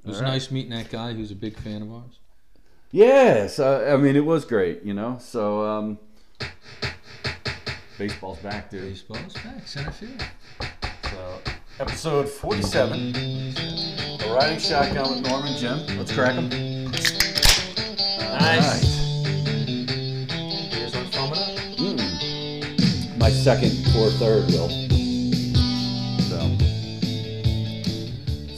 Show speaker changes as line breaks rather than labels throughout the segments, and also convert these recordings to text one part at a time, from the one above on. It was
All right.
nice meeting that guy who's a big fan of ours.
Yes, I, I mean it was great, you know. So um, baseball's back, dude.
Baseball's back, center field.
So episode forty-seven, the riding shotgun with Norman Jim. Let's crack them.
Nice. Here's one foaming up.
Hmm. My second or third, Will. So.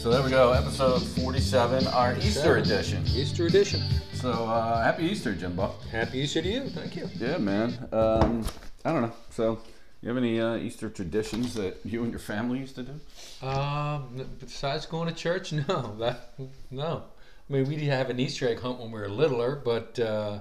So there we go, episode 47, our Easter edition.
Easter edition.
So uh, happy Easter, Jimbo.
Happy Easter to you. Thank you.
Yeah, man. Um, I don't know. So, you have any uh, Easter traditions that you and your family used to do?
Um, besides going to church, no, that, no. I mean, we did have an Easter egg hunt when we were littler, but uh,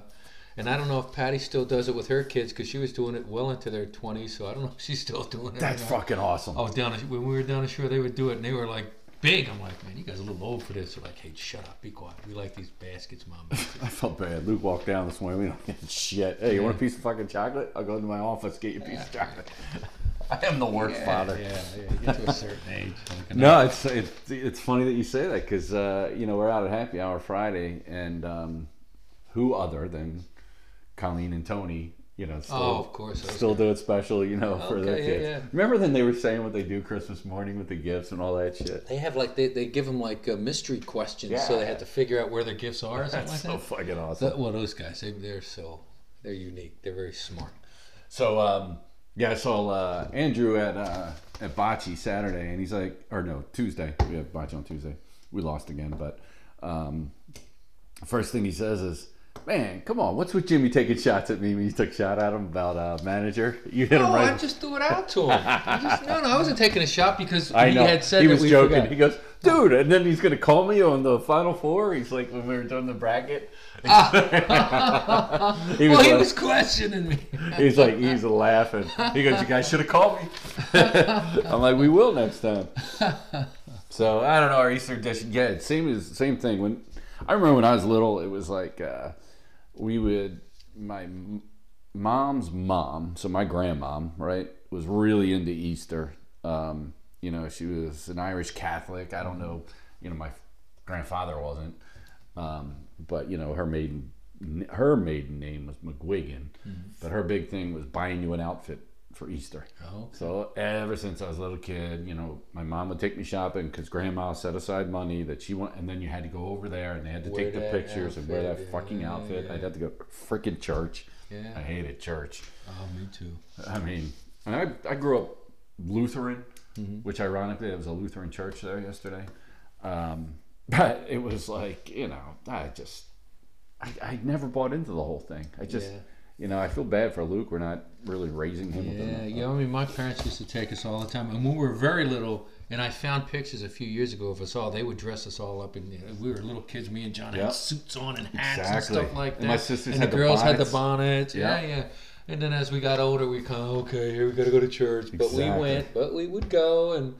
and I don't know if Patty still does it with her kids because she was doing it well into their twenties. So I don't know if she's still doing it. or not.
fucking awesome.
Oh, down when we were down the shore, they would do it, and they were like big. I'm like, man, you guys are a little old for this. They're like, hey, shut up, be quiet. We like these baskets, mom.
I felt bad. Luke walked down this morning. We don't get shit. Hey, you want a piece of fucking chocolate? I'll go to my office get you a piece of chocolate. I am the worst father.
yeah, yeah. You get to a certain age. like,
No, it's it's it's funny that you say that because uh, you know we're out at Happy Hour Friday, and um, who other than Colleen and Tony, you know, still,
Oh, of course, those
still do it special, you know, for their
Okay, yeah,
kids.
yeah.
Remember then they were saying what they do Christmas morning with the gifts and all that shit.
They have like they, they give them like uh, mystery questions, so they have to figure out where their gifts are. Or something
That's so
like
fucking awesome.
that. That- well, those guys they, they're so they're unique. They're very smart.
So um, yeah, I saw uh, Andrew at uh, at Bocce Saturday, and he's like, or no, Tuesday. We have Bocce on Tuesday. We lost again, but um, first thing he says is, "Man, come on, what's with Jimmy taking shots at me when you took a shot at him about uh, manager? You hit him
No, I
Oh, right."
just threw it out to him. I just, no, no, I wasn't taking a shot because
I
he
know.
had said
he
that
was
we
joking.
forgot.
He goes, dude, and then he's gonna call me on the final four. He's like, when we were doing the bracket. he was
Ah. well, he
like-
was questioning me.
He's like, he's laughing. He goes, "You guys should have called me." I'm like, "We will next time." So I don't know our Easter dish. Yeah, it's same as same thing. When I remember when I was little, it was like uh, we would my m- mom's mom, so my grandmom, right, was really into Easter. Um, you know, she was an Irish Catholic. I don't know. You know, my grandfather wasn't. Um, but you know, her maiden her maiden name was McGuigan,
Mm-hmm.
but her big thing was buying you an outfit for Easter.
Oh,
So ever since I was a little kid, you know, my mom would take me shopping because grandma set aside money that she want, and then you had to go over there and they had to
Wear
take the
that
pictures and wear that
outfit,
fucking
yeah,
outfit.
yeah.
I'd have to go to freaking church. I
yeah.
hated church.
Oh, me too.
I mean, and I, I grew up Lutheran,
Mm-hmm.
which ironically, there was a Lutheran church there yesterday. Um, but it was like, you know, I just, I, I never bought into the whole thing. I just,
Yeah.
you know, I feel bad for Luke. We're not really raising him with
Yeah,
enough-
yeah. I mean, my parents used to take us all the time, and when we were very little, and I found pictures a few years ago of us all. They would dress us all up, and we were little kids. Me and John
Yeah.
had suits on and hats
Exactly.
and stuff like that.
And my sisters
And
had
the
the
girls had the bonnets.
bonnets.
Yeah.
Yeah.
yeah, And then as we got older, we kind of okay, here we got to go to church. But we
Exactly.
went, but we would go, and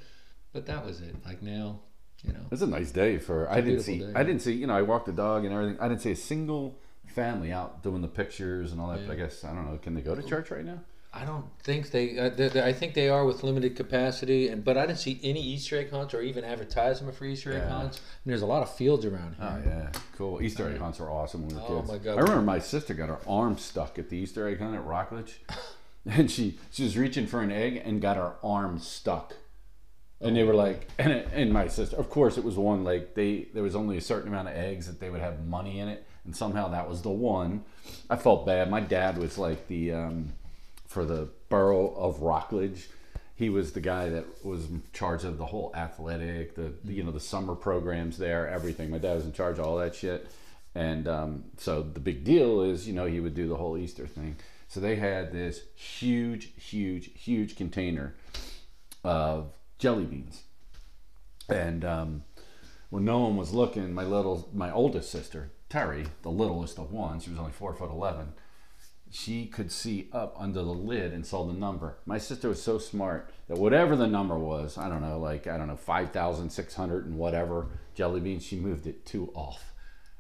but that was it. Like now, you know.
It's a nice day for. I didn't
beautiful
see.
day.
I didn't see. You know, I walked the dog and everything. I didn't see a single family out doing the pictures and all that. But I guess I don't know. Can they
Oh.
go to church right now?
I don't think they. Uh, they, they- I think they are with limited capacity, and but I didn't see any Easter egg hunts or even advertisement for Easter egg
Yeah.
hunts. And there's a lot of fields around here.
Oh yeah, cool. Easter egg hunts were awesome when we were
Oh,
kids.
my God.
I remember my sister got her arm stuck at the Easter egg hunt at Rockledge, and she she was reaching for an egg and got her arm stuck. And they were like, and, and my sister. Of course, it was one like they there was only a certain amount of eggs that they would have money in it, and somehow that was the one. I felt bad. My dad was like the um, for the borough of Rockledge. He was the guy that was in charge of the whole athletic, the the, you know the summer programs there, everything. My dad was in charge of all that shit, and um, so the big deal is you know he would do the whole Easter thing. So they had this huge, huge, huge container of jelly beans, and um, when no one was looking, my little, my oldest sister Terry, the littlest of one, she was only four foot eleven she could see up under the lid and saw the number. My sister was so smart that whatever the number was, I don't know, like, I don't know, 5,600 and whatever jelly beans, she moved it two off.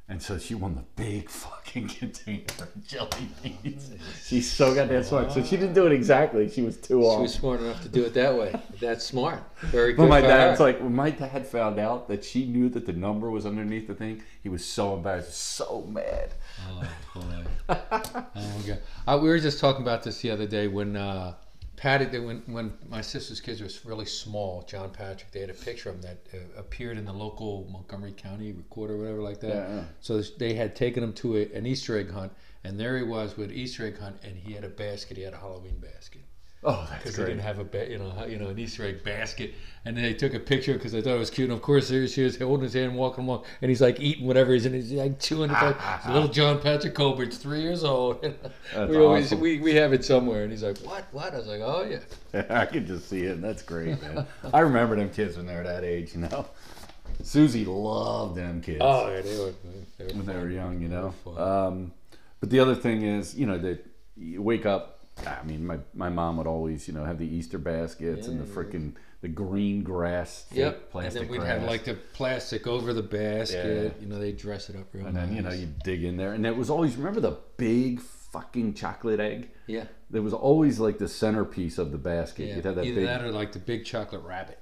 And so she won the big fucking container of jelly beans. She so got that smart. So she didn't do it exactly. She was too
She
off.
was smart enough to do it that way. That's smart. Very good.
But my
for
dad's
her.
like, when my dad found out that she knew that the number was underneath the thing, he was so embarrassed, so mad.
Oh boy. oh my god. I, we were just talking about this the other day when uh, Patty, they, when when my sister's kids was really small, John Patrick, they had a picture of him that uh, appeared in the local Montgomery County recorder, or whatever like that.
Yeah, yeah.
So they had taken him to a, an Easter egg hunt, and there he was with Easter egg hunt, and he had a basket. He had a Halloween basket.
Oh, that's
because they
great.
didn't have a ba- you know ha- you know an Easter egg basket, and they took a picture because they thought it was cute. And of course, there she is holding his hand, walking along, and he's like eating whatever he's in, he's like chewing. It's like it's little John Patrick Colbert's three years old. we always
awesome.
we, we have it somewhere, and he's like, "What? What?" I was like, "Oh yeah."
I can just see it. That's great, man. I remember them kids when they were that age, you know. Susie loved them kids.
Oh yeah, they were. They were
when they were
fun.
young, you
They were
know.
fun.
Um, but the other thing is, you know, that you wake up. I mean, my, my mom would always, you know, have the Easter baskets and the freaking the green grass, fake
Yep, and
plastic
then we'd
grass.
have like the plastic over the basket. You know, they dress it up real
and
nice.
then you know you dig in there, and it was always remember the big fucking chocolate egg.
yeah,
There was always like the centerpiece of the basket.
yeah.
You'd have that
either
big,
that or like the big chocolate rabbit.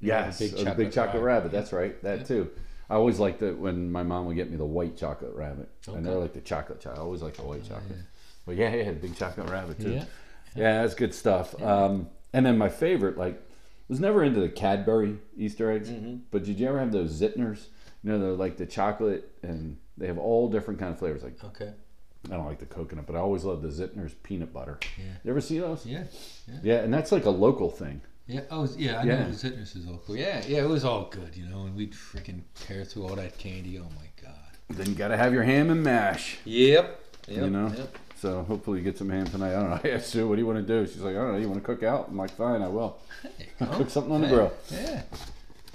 yes,
big
or the
chocolate
big chocolate
rabbit.
rabbit. That's right, that too. I always liked it when my mom would get me the white chocolate rabbit, and they're
Okay. Oh,
like the chocolate chocolate. I always like the white chocolate. But yeah, yeah, the big chocolate rabbit too.
Yeah.
Yeah, that's good stuff. Um, and then my favorite, like, was never into the Cadbury Easter eggs,
Mm-hmm.
but did you ever have those Zittners? You know, they're like the chocolate, and they have all different kind of flavors. Like,
Okay.
I don't like the coconut, but I always love the Zittners peanut butter.
Yeah.
You ever see those?
Yeah. Yeah.
Yeah, and that's like a local thing.
Yeah. Oh, yeah. I
Yeah.
know the Zittners is all cool. Yeah. Yeah. It was all good, you know. And we'd freaking tear through all that candy. Oh my god.
Then you gotta have your ham and mash.
Yep. yep
you know.
Yep.
So hopefully you get some ham tonight. I don't know. I asked Sue, "What do you want to do?" She's like, "I don't know. You want to cook out?" I'm like, "Fine, I will." Cook something on the grill.
Yeah.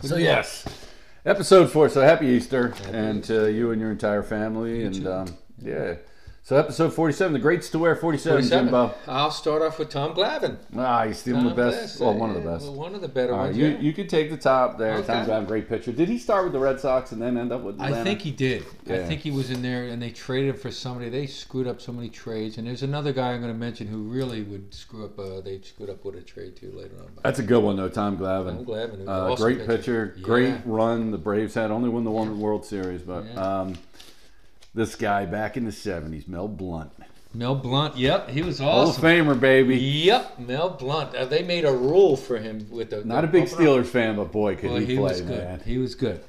So yes, episode four. So happy Easter, and to you and your entire family, and
too.
um, yeah. So episode forty-seven, the greats to wear forty-seven,
47.
Jimbo.
I'll start off with Tom Glavin.
Ah, you stealing the
Tom
best.
Glavin,
Well, one of the
yeah,
best.
Well, one of the better
All right,
ones.
you
yeah.
you could take the top there.
Okay.
Tom's got a great picture. Did he start with the Red Sox and then end up with Atlanta?
I think he did. I
Yeah.
think he was in there, and they traded him for somebody. They screwed up so many trades, and there's another guy I'm going to mention who really would screw up. Uh, they screwed up with a trade too later on. But
that's a good one though. Tom
Tom
Glavine.
Glavin, who's
Uh,
also
great
pitching.
pitcher,
Yeah.
great run. The Braves had only won the one World Series, but
Yeah.
um, this guy back in the '70s, Mel Blunt,
Mel Blunt. Yep, he was
Hall
awesome.
of Famer, baby.
Yep, Mel Blunt. Uh, they made a rule for him with the
Not a
the
big
opener.
Steelers fan, but boy, could
Boy,
he,
he,
play,
was good.
man.
He was good.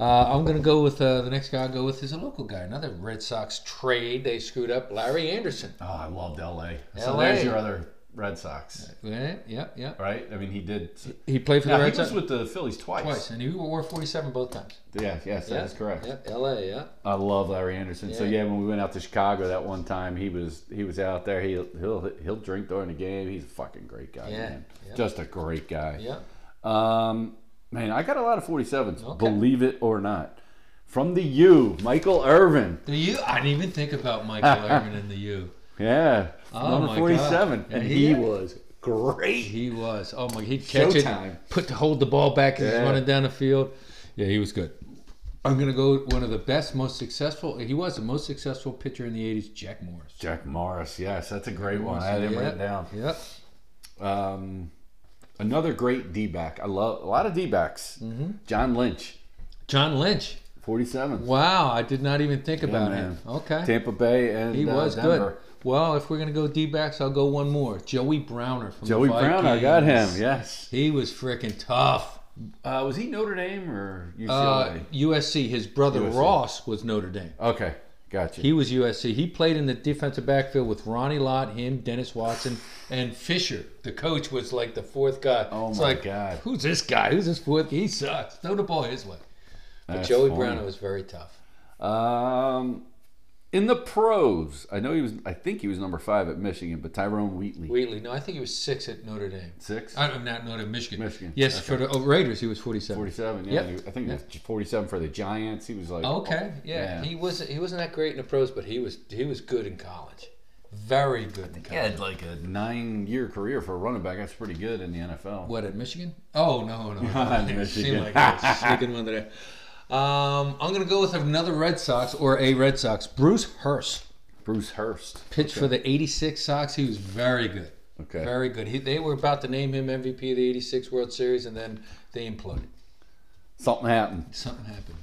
Uh, I'm gonna go with uh, the next guy. I'll go with is a local guy. Another Red Sox trade they screwed up. Larry Anderson.
Oh, I loved L.A.
LA.
other Red Sox,
Yeah, yeah, yeah.
right? I mean, he did.
He played for
Now,
the Red Sox
with the Phillies
twice, and he wore 47 both times.
Yes, yes,
Yeah,
that is correct.
Yeah, L.A. Yeah.
I love Larry Anderson. So
Yeah.
yeah, when we went out to Chicago that one time, he was he was out there. He he'll he'll drink during the game. He's a fucking great guy,
Yeah,
man.
yeah.
Just a great guy.
Yeah.
Um, man, I got a lot of 47s,
Okay.
believe it or not. From the U, Michael Irvin.
The U. I didn't even think about Michael Irvin in the U.
Yeah,
Oh,
number
my God.
47.
Yeah,
And
he
he
is.
was great.
He was. Oh my. He'd catch
Showtime.
it. Put the hold the ball back. as He's
Yeah.
running down the field. Yeah, he was good. I'm gonna go with one of the best, most successful. He was the most successful pitcher in the '80s, Jack Morris.
Jack Morris, yes, that's a great one. I had him
Yep,
written down.
Yep.
Um, another great D back. I love a lot of D backs.
Mm-hmm.
John Lynch,
John Lynch.
47.
Wow, I did not even think about him.
man.
Okay.
Tampa Bay and
he
uh,
was
Denver.
good. Well, if we're gonna go D backs, I'll go one more. Joey Browner from
Joey
the Vikings.
Brown, I got him. Yes.
He was freaking tough.
Uh, was he Notre Dame or
Uh, USC. His brother
USC.
Ross was Notre Dame.
okay, gotcha.
He was USC. He played in the defensive backfield with Ronnie Lott, him, Dennis Watson, and Fisher. The coach was like the fourth guy.
Oh,
It's
my
like,
God.
Who's this guy? Who's this fourth? He sucks. Throw the ball his way. But
That's
Joey
funny.
Browner was very tough.
Um, in the pros, I know he was. I think he was number five at Michigan, but Tyrone Wheatley
Wheatley. No, I think he was six at Notre Dame.
six.
I don't not Notre Dame, Michigan.
Michigan,
Yes,
okay.
for the oh, Raiders, he was forty-seven.
47, yeah.
Yep.
I think it was 47 for the Giants. He was like,
Okay, yeah.
Yeah.
He was he wasn't that great in the pros, but he was he was good in college. Very good in college.
He had like a nine year career for a running back. That's pretty good in the NFL.
What at Michigan? Oh no, no, no.
Not
It
Michigan.
seemed like I was sneaking one there. Um, I'm going to go with another Red Sox or a Red Sox. Bruce Hurst
Bruce Hurst.
pitched for the 86 Sox. He was very good.
Okay.
Very good. He, they were about to name him MVP of the 86 World Series, and then they imploded.
Something happened.
Something happened.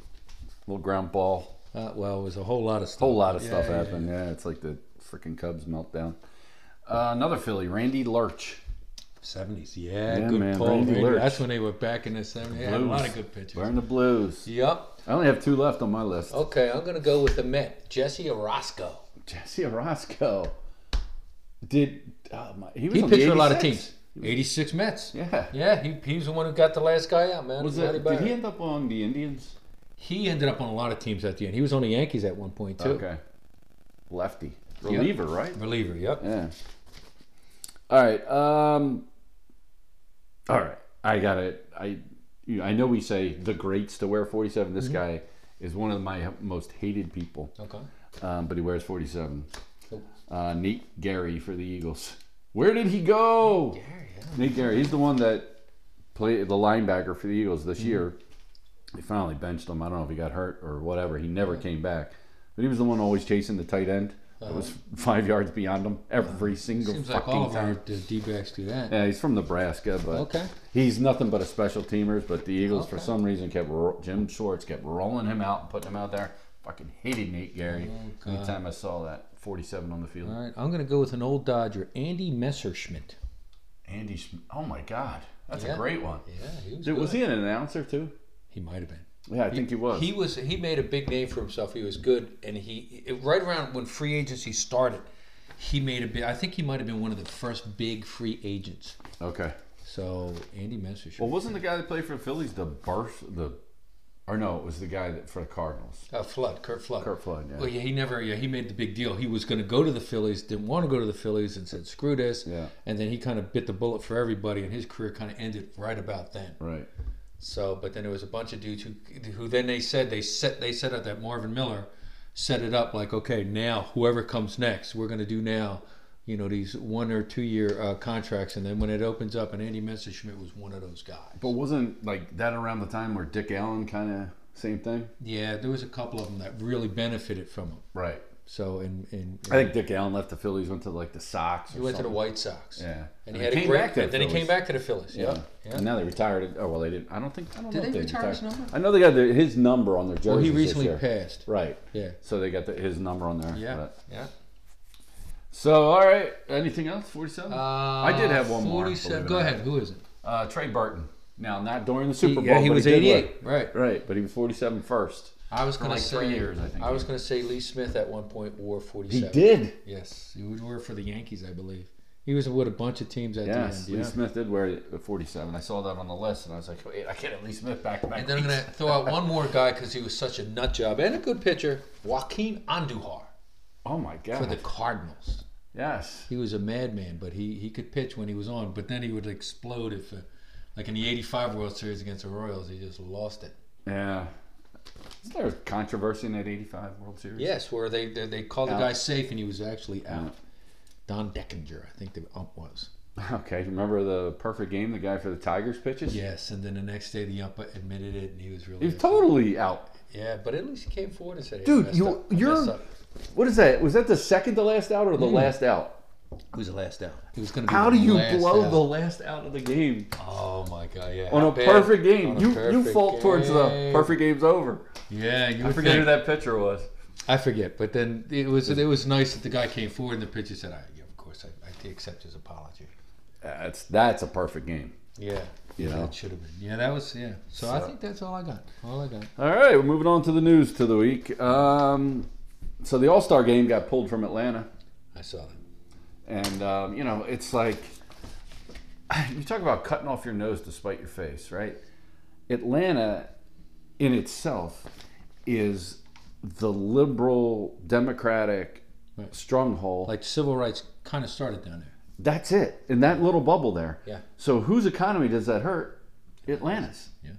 Little ground ball.
Uh, well, it was a whole lot of stuff.
Whole lot of stuff
yeah,
happened. Yeah. it's like the freaking Cubs meltdown. Uh, another Philly, Randy Lurch.
70s. Yeah,
Yeah,
good
man,
pull.
Randy
Randy.
Lurch.
That's when they were back in the 70s. They had a lot of good pitchers.
Wearing the blues.
Yup.
I only have two left on my list.
Okay, I'm going to go with the Met, Jesse Orozco.
Jesse Orozco. Did oh my, he was
He
on
pitched
the
for a lot of
86.
teams. 86 Mets.
Yeah.
Yeah, he, he was the one who got the last guy out, man.
Was
Matty
that, did
Barrett.
he end up on the Indians?
He ended up on a lot of teams at the end. He was on the Yankees at one point too.
Okay. Lefty. Reliever, right?
Reliever, yep.
Yeah. All right. Um All right. I got it. I you, I know we say the greats to wear 47. This guy is one of my most hated people,
Okay.
um, but he wears 47.
Nope.
Uh, Nate Gary for the Eagles. Where did he go?
There you go.
Nate Gary, he's the one that played the linebacker for the Eagles
Mm-hmm.
this year. They finally benched him. I don't know if he got hurt or whatever. He never came back. But he was the one always chasing the tight end. It was five yards beyond him every single
Uh-huh. Seems like
fucking
all of
time.
our d- D-backs do that.
Yeah, he's from Nebraska, but
Okay.
he's nothing but a special teamer. But the Eagles, for
Okay.
some reason, kept ro- Jim Schwartz kept rolling him out and putting him out there. Fucking hated Nate Gary.
Oh, God.
Anytime I saw that, forty-seven on the field.
All right, I'm going to go with an old Dodger, Andy Messerschmidt.
Andy, Schm- oh my God, that's
Yeah.
a great one.
Yeah, he was.
Dude, was
good.
he an announcer too?
He might have been.
Yeah, I think he was.
He was. He made a big name for himself. He was good, and he it- right around when free agency started, he made a big. I think he might have been one of the first big free agents.
okay.
So Andy Messerschmidt.
Well, wasn't the guy that played for the Phillies the birth the, or no, it was the guy that for the Cardinals,
Uh, Flood, Kurt Flood.
Kurt Flood. Yeah.
Well, yeah, he never. Yeah, he made the big deal. He was going to go to the Phillies, didn't want to go to the Phillies, and said, "Screw this."
Yeah.
And then he kind of bit the bullet for everybody, and his career kind of ended right about then.
Right.
So, but then there was a bunch of dudes who, who then they said they set they set up that Marvin Miller, set it up like, okay, now whoever comes next, we're going to do now, you know, these one or two year uh, contracts, and then when it opens up, and Andy Messerschmidt was one of those guys.
But wasn't like that around the time where Dick Allen kind of same thing?
Yeah, there was a couple of them that really benefited from him.
Right.
So, and and,
I think Dick Allen left the Phillies, went to like the Sox. Or
he went to the
something.
White Sox.
Yeah.
And he had a
came
great.
back to the
Then he came
Phillies.
back to the Phillies.
Yeah.
Yeah. yeah.
And now they retired. it. Oh well, they didn't. I don't think. I don't
Did
know if
they
they
retire his
retired.
number?
I know they got the, his number on their jersey.
Well, he recently passed.
Right.
Yeah.
So they got the, his number on there.
Yeah.
but-
Yeah.
So all right. Anything else? Forty-seven. I did have one more,
47.
believe it
Uh, Go
or not.
ahead. Who is it?
Uh, Trey Burton. Now, not during the Super Bowl.
yeah, he
but
was
did
88.
work.
Right.
Right, but he was 47 first.
I was going
like
to say
three years, I think.
was going to say Lee Smith at one point wore
He
47.
did.
Yes, he would wear for the Yankees, I believe. He was with a bunch of teams at
Yes,
the
Lee
end.
Smith did wear it at 47. I saw that on the list, and I was like, wait, I can't have Lee Smith back to back.
And then I'm going to throw out one more guy because he was such a nut job and a good pitcher, Joaquin Andujar
Oh my
for
God.
the Cardinals.
yes.
he was a madman, but he, he could pitch when he was on, but then he would explode if, uh, like in the '85 World Series against the Royals, he just lost it.
Yeah. Isn't there controversy in that 85 World Series?
Yes, where they they, they called
Out.
the guy safe and he was actually out.
Out.
Don Deckinger, I think the ump was.
Okay. Remember the perfect game the guy for the Tigers pitches?
Yes, and then the next day the ump admitted it, and he was really
He was
upset.
totally out.
Yeah, but at least he came forward and said, hey, I
Dude,
messed
you-
up. I
you're-
messed up."
What is that? Was that the second to last out or the last out?
It was the last down. It was going to be.
Mm. How
the
do you
last
blow
out.
the last out of the game?
Oh my god! Yeah.
on
how
a
bad-
perfect game.
on a
You you
perfect
fall towards the
game.
perfect game's over.
Yeah, you would think-
that pitcher was.
I forget, but then it was it was nice that the guy came forward and the pitcher said, I, yeah, "Of course, I, I accept his apology."
That's that's a perfect game.
Yeah,
You know.
that should have been. Yeah, that was yeah. So, I think that's all I got. All I got.
All right, we're moving on to the news to the week. Um, so the All Star game got pulled from Atlanta,
I saw that.
and um, you know it's like you talk about cutting off your nose to spite your face, right? Atlanta, in itself, is the liberal democratic
Right.
stronghold
Like civil rights kind of started down there.
That's it in that little bubble there.
Yeah.
So whose economy does that hurt? Atlanta's.
Yeah.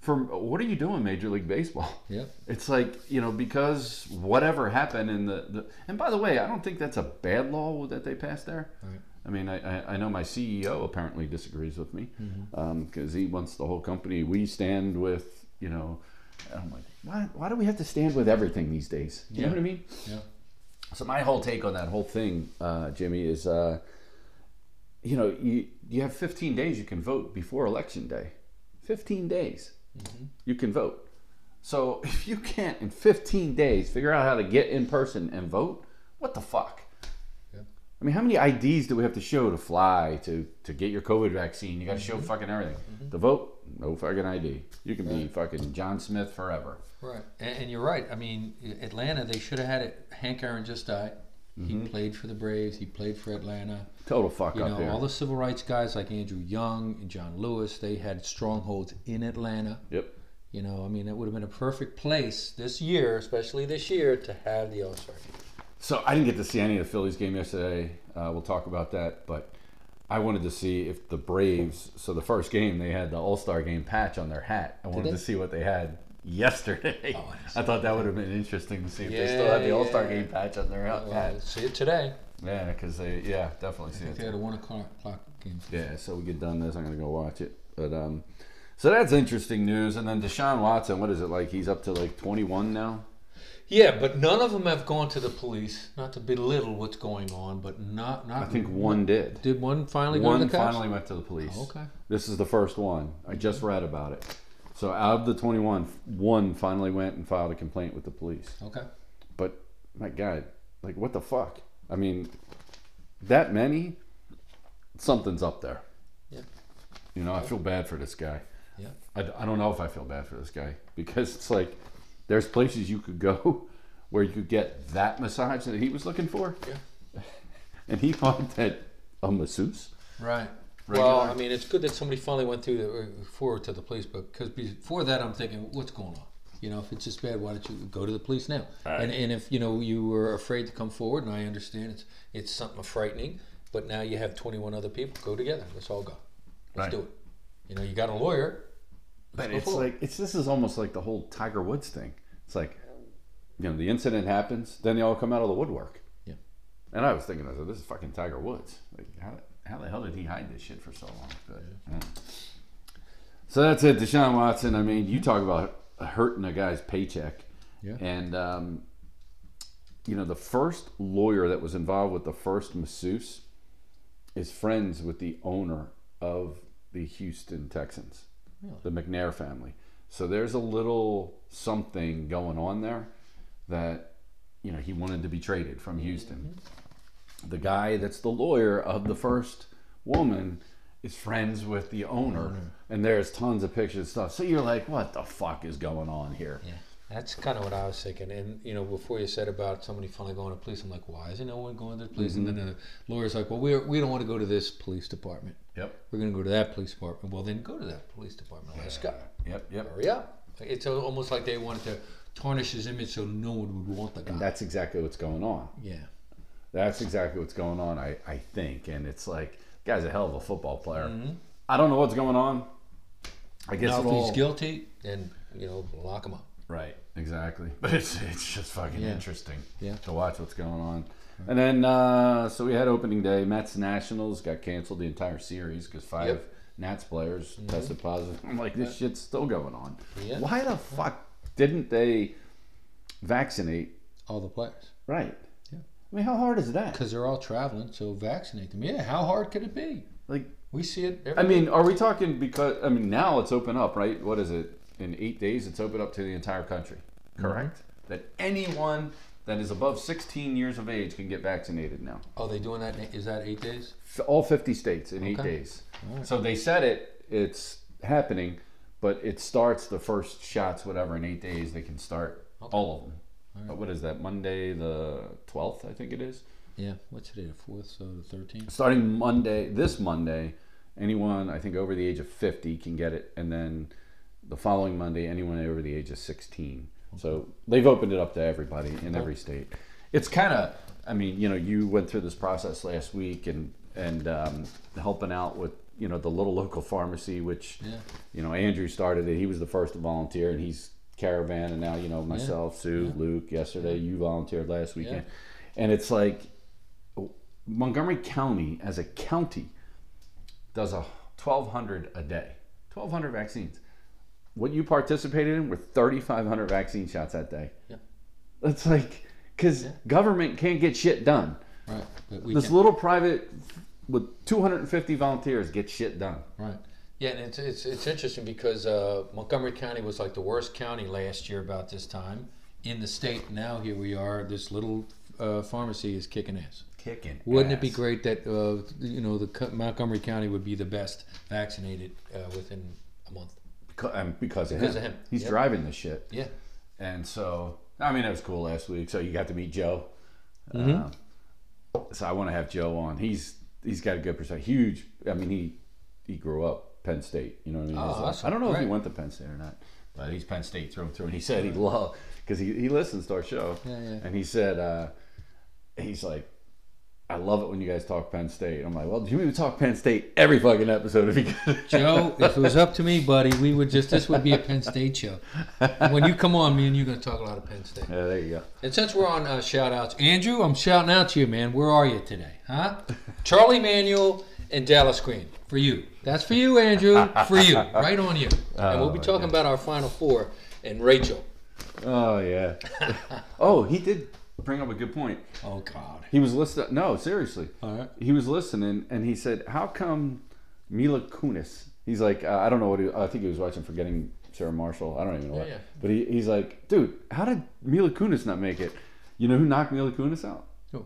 From what are you doing, Major League Baseball?
Yep.
It's like you know because whatever happened in the, the and by the way, I don't think that's a bad law that they passed there.
Right.
I mean, I, I, I know my E CEO
Mm-hmm.
um, apparently disagrees with me because he wants the whole company. We stand with you know And I'm like, why, why do we have to stand with everything these days? You know
Yeah.
what I mean?
Yeah.
So my whole take on that whole thing, uh, Jimmy, is uh, you know you you have 15 days you can vote before election day. 15 days
Mm-hmm.
you can vote. So if you can't in 15 days figure out how to get in person and vote, what the fuck?
Yeah.
I mean, how many IDs do we have to show to fly to to get your COVID vaccine? You got to show
Mm-hmm.
fucking everything. To vote, no fucking ID. You can be fucking John Smith forever.
Right, and, and you're right. I mean, i- Atlanta, they should have had it. Hank Aaron just died.
Mm-hmm.
He played for the Braves. He played for Atlanta.
Total fuck
You
up
know,
there.
all the civil rights guys like Andrew Young and John Lewis, they had strongholds in Atlanta.
yep.
You know, I mean, that would have been a perfect place this year, especially this year, to have the All Star.
So I didn't get to see any of the Phillies game yesterday. Uh, we'll talk about that, but I wanted to see if the Braves. So the first game they had the All Star game patch on their hat. I wanted
they? Oh,
to see what they had yesterday.
I didn't
I thought that would have been interesting to see if they
Yeah,
still had the All Star
yeah.
game patch on their hat.
Well, see it today.
Yeah, because they yeah definitely see
They
it.
had a one o'clock clock game.
Yeah, so we get done this. I'm gonna go watch it. But um, so that's interesting news. And then Deshaun Watson, what is it like? He's up to like 21 now.
Yeah, but none of them have gone to the police. Not to belittle what's going on, but not not.
I think one did.
did one finally go to
One
the cops.
finally went to the police.
Oh, okay.
This is the first one. I just read about it. So out of the 21, one finally went and filed a complaint with the police.
Okay.
But my God, like what the fuck? I mean, that many, something's up there.
Yeah.
You know, I feel bad for this guy.
Yeah.
I, I don't know if I feel bad for this guy because it's like there's places you could go where you could get that massage that he was looking for. Yeah. and he wanted a masseuse.
Right. Well, I
Regular.
mean, it's good that somebody finally went through the uh, forward to the police, but because before that, I'm thinking, what's going on? You know, if it's this bad, why don't you go to the police now? And and if you know you were afraid to come forward, and I understand it's it's something frightening, but now you have 21 other people. Go together. Let's all go. Let's
Right.
do it. You know, you got a lawyer.
But
go
it's
forward.
like it's this is almost like the whole Tiger Woods thing. It's like you know, the incident happens, then they all come out of the woodwork.
Yeah.
And I was thinking, I said, this is fucking Tiger Woods. Like how how the hell did he hide this shit for so long? But, mm. So that's it, Deshaun Watson. I mean, you talk about hurting a guy's paycheck.
Yeah.
And um, you know, the first lawyer that was involved with the first masseuse is friends with the owner of the Houston Texans,
Really?
the McNair family. So there's a little something going on there that you know he wanted to be traded from Houston. The guy that's the lawyer of the first woman is friends with the owner, and there's tons of pictures and stuff. So you're like, what the fuck is going on here?
Yeah, that's kind of what I was thinking. And you know, before you said about somebody finally going to police, I'm like, why isn't no one going to the police? And then the lawyer's like, well, we we don't want to go to this police department.
Yep,
We're going to go to that police department. Well, then go to that police department. Let's go.
yep, yep.
Hurry up. It's al- almost like they wanted to tarnish his image so no one would want the guy.
That's exactly what's going on.
yeah.
That's exactly what's going on, I, I think. And it's like, guy's a hell of a football player. I don't know what's going on. I guess
Now, if
it Mm-hmm. all-
he's guilty, then you know, lock him up.
Right, exactly. But it's it's just fucking
Yeah.
interesting
Yeah.
to watch what's going on. And then uh, so we had opening day. Mets Nationals got canceled the entire series because five
Yep. Mm-hmm.
Nats players tested positive. I'm like, this shit's still going on.
Yeah.
Why the fuck didn't they vaccinate?
All the players,
Right.
Yeah.
I mean, how hard is that?
because they're all traveling, so vaccinate them. Yeah, how hard could it be?
Like,
We see it. Every
I mean, are we talking because I mean now it's open up, right? What is it? In eight days, it's open up to the entire country. Correct. That anyone that is above 16 years of age can get vaccinated now.
oh, they doing that? in- Is that eight days?
F- All 50 states in eight
Okay.
days. So they said it. It's happening, but it starts the first shots, whatever, in eight days. They can start all of them. But What is that? Monday the 12th, I think it is.
Yeah, what's today? The fourth, so the thirteenth.
starting Monday, this Monday, anyone I think over the age of 50 can get it, and then the following Monday, anyone over the age of 16. So they've opened it up to everybody in every state. It's kind of, I mean, you know, you went through this process last week and and um, helping out with you know the little local pharmacy, which
Yeah.
you know Andrew started it. He was the first to volunteer, and he's caravan, and now you know myself, Sue, Luke. Yesterday, you volunteered last weekend, and it's like Montgomery County as a county does a 1200 a day 1200 vaccines what you participated in were 3,500 vaccine shots that day.
Yeah.
That's like, because
Yeah.
government can't get shit done.
Right. But we
this
can,
little private with 250 volunteers gets shit done.
right. Yeah, and it's, it's, it's interesting because uh, Montgomery County was like the worst county last year about this time in the state. Now here we are. This little uh, pharmacy is kicking ass.
Kicking.
Wouldn't it be great that uh, you know the co- Montgomery County would be the best vaccinated uh, within a month?
Because, um, because of
Because
him.
of him,
He's
yep.
driving this shit.
Yeah.
And so, I mean, that was cool last week. So you got to meet Joe. Um, so I want to have Joe on. He's he's got a good perspective. Huge. I mean, he he grew up Penn State. You know what I mean?
Oh,
His life-
awesome.
I don't know if
Right.
he went to Penn State or not, but he's Penn State through and through. And he said he loved because he he listens to our show.
Yeah, yeah.
And he said uh, he's like. I love it when you guys talk Penn State. I'm like, well, you mean we talk Penn State every fucking episode if you could.
Joe, if it was up to me, buddy, we would just this would be a Penn State show. When you come on, me and you're going to talk a lot of Penn State.
Yeah, there you go.
And since we're on uh, shout outs, Andrew, I'm shouting out to you, man. Where are you today? Huh? Charlie Manuel and Dallas Green. For you. That's for you, Andrew. For you. Right on you. and we'll be talking about our final four and Rachel.
Oh yeah. oh, he did bring up a good point.
Oh, God.
He was listening. No, seriously.
All right.
He was listening, and he said, "How come Mila Kunis?" He's like, uh, "I don't know what he. I think he was watching Forgetting Sarah Marshall. I don't even know what."
Yeah, yeah.
But he, he's like, "Dude, how did Mila Kunis not make it? You know who knocked Mila Kunis out?
Who?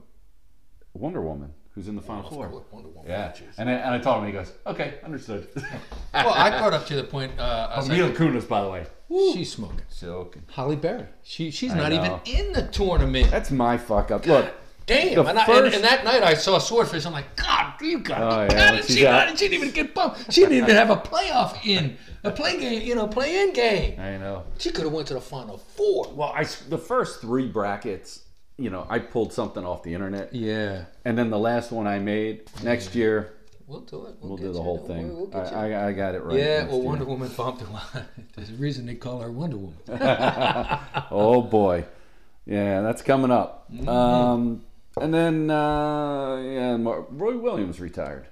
Wonder Woman, who's in the final four.
Wonder Woman.
Yeah. And I, and I told him, he goes, "Okay, understood."
Well, I brought up to the point. Uh, I was
Mila
like,
Kunis, by the way.
she's smoking.
Joking.
Holly Berry. She, she's
I
not
know.
even in the tournament.
That's my fuck up. Look.
Damn,
The
and, I, and-
first-
and that night I saw Swordfish. I'm like, God, you got
Oh,
to
yeah,
be kidding.
what you
She,
got?
not, she didn't even get bumped. She didn't even have a playoff in a play game, you know, play in game.
I know.
She could have went to the final four.
Well, I s- the first three brackets, you know, I pulled something off the internet,
Yeah,
and then the last one I made next year,
we'll do it.
we'll
get
do the
you.
whole
Don't
thing.
worry, we'll get
I,
you.
I, I got it right.
yeah,
next
well,
year.
Wonder Woman bumped her. There's a reason they call her Wonder Woman.
Oh boy, yeah, that's coming up.
Mm-hmm.
Um, and then uh, yeah, Mar- Roy Williams retired.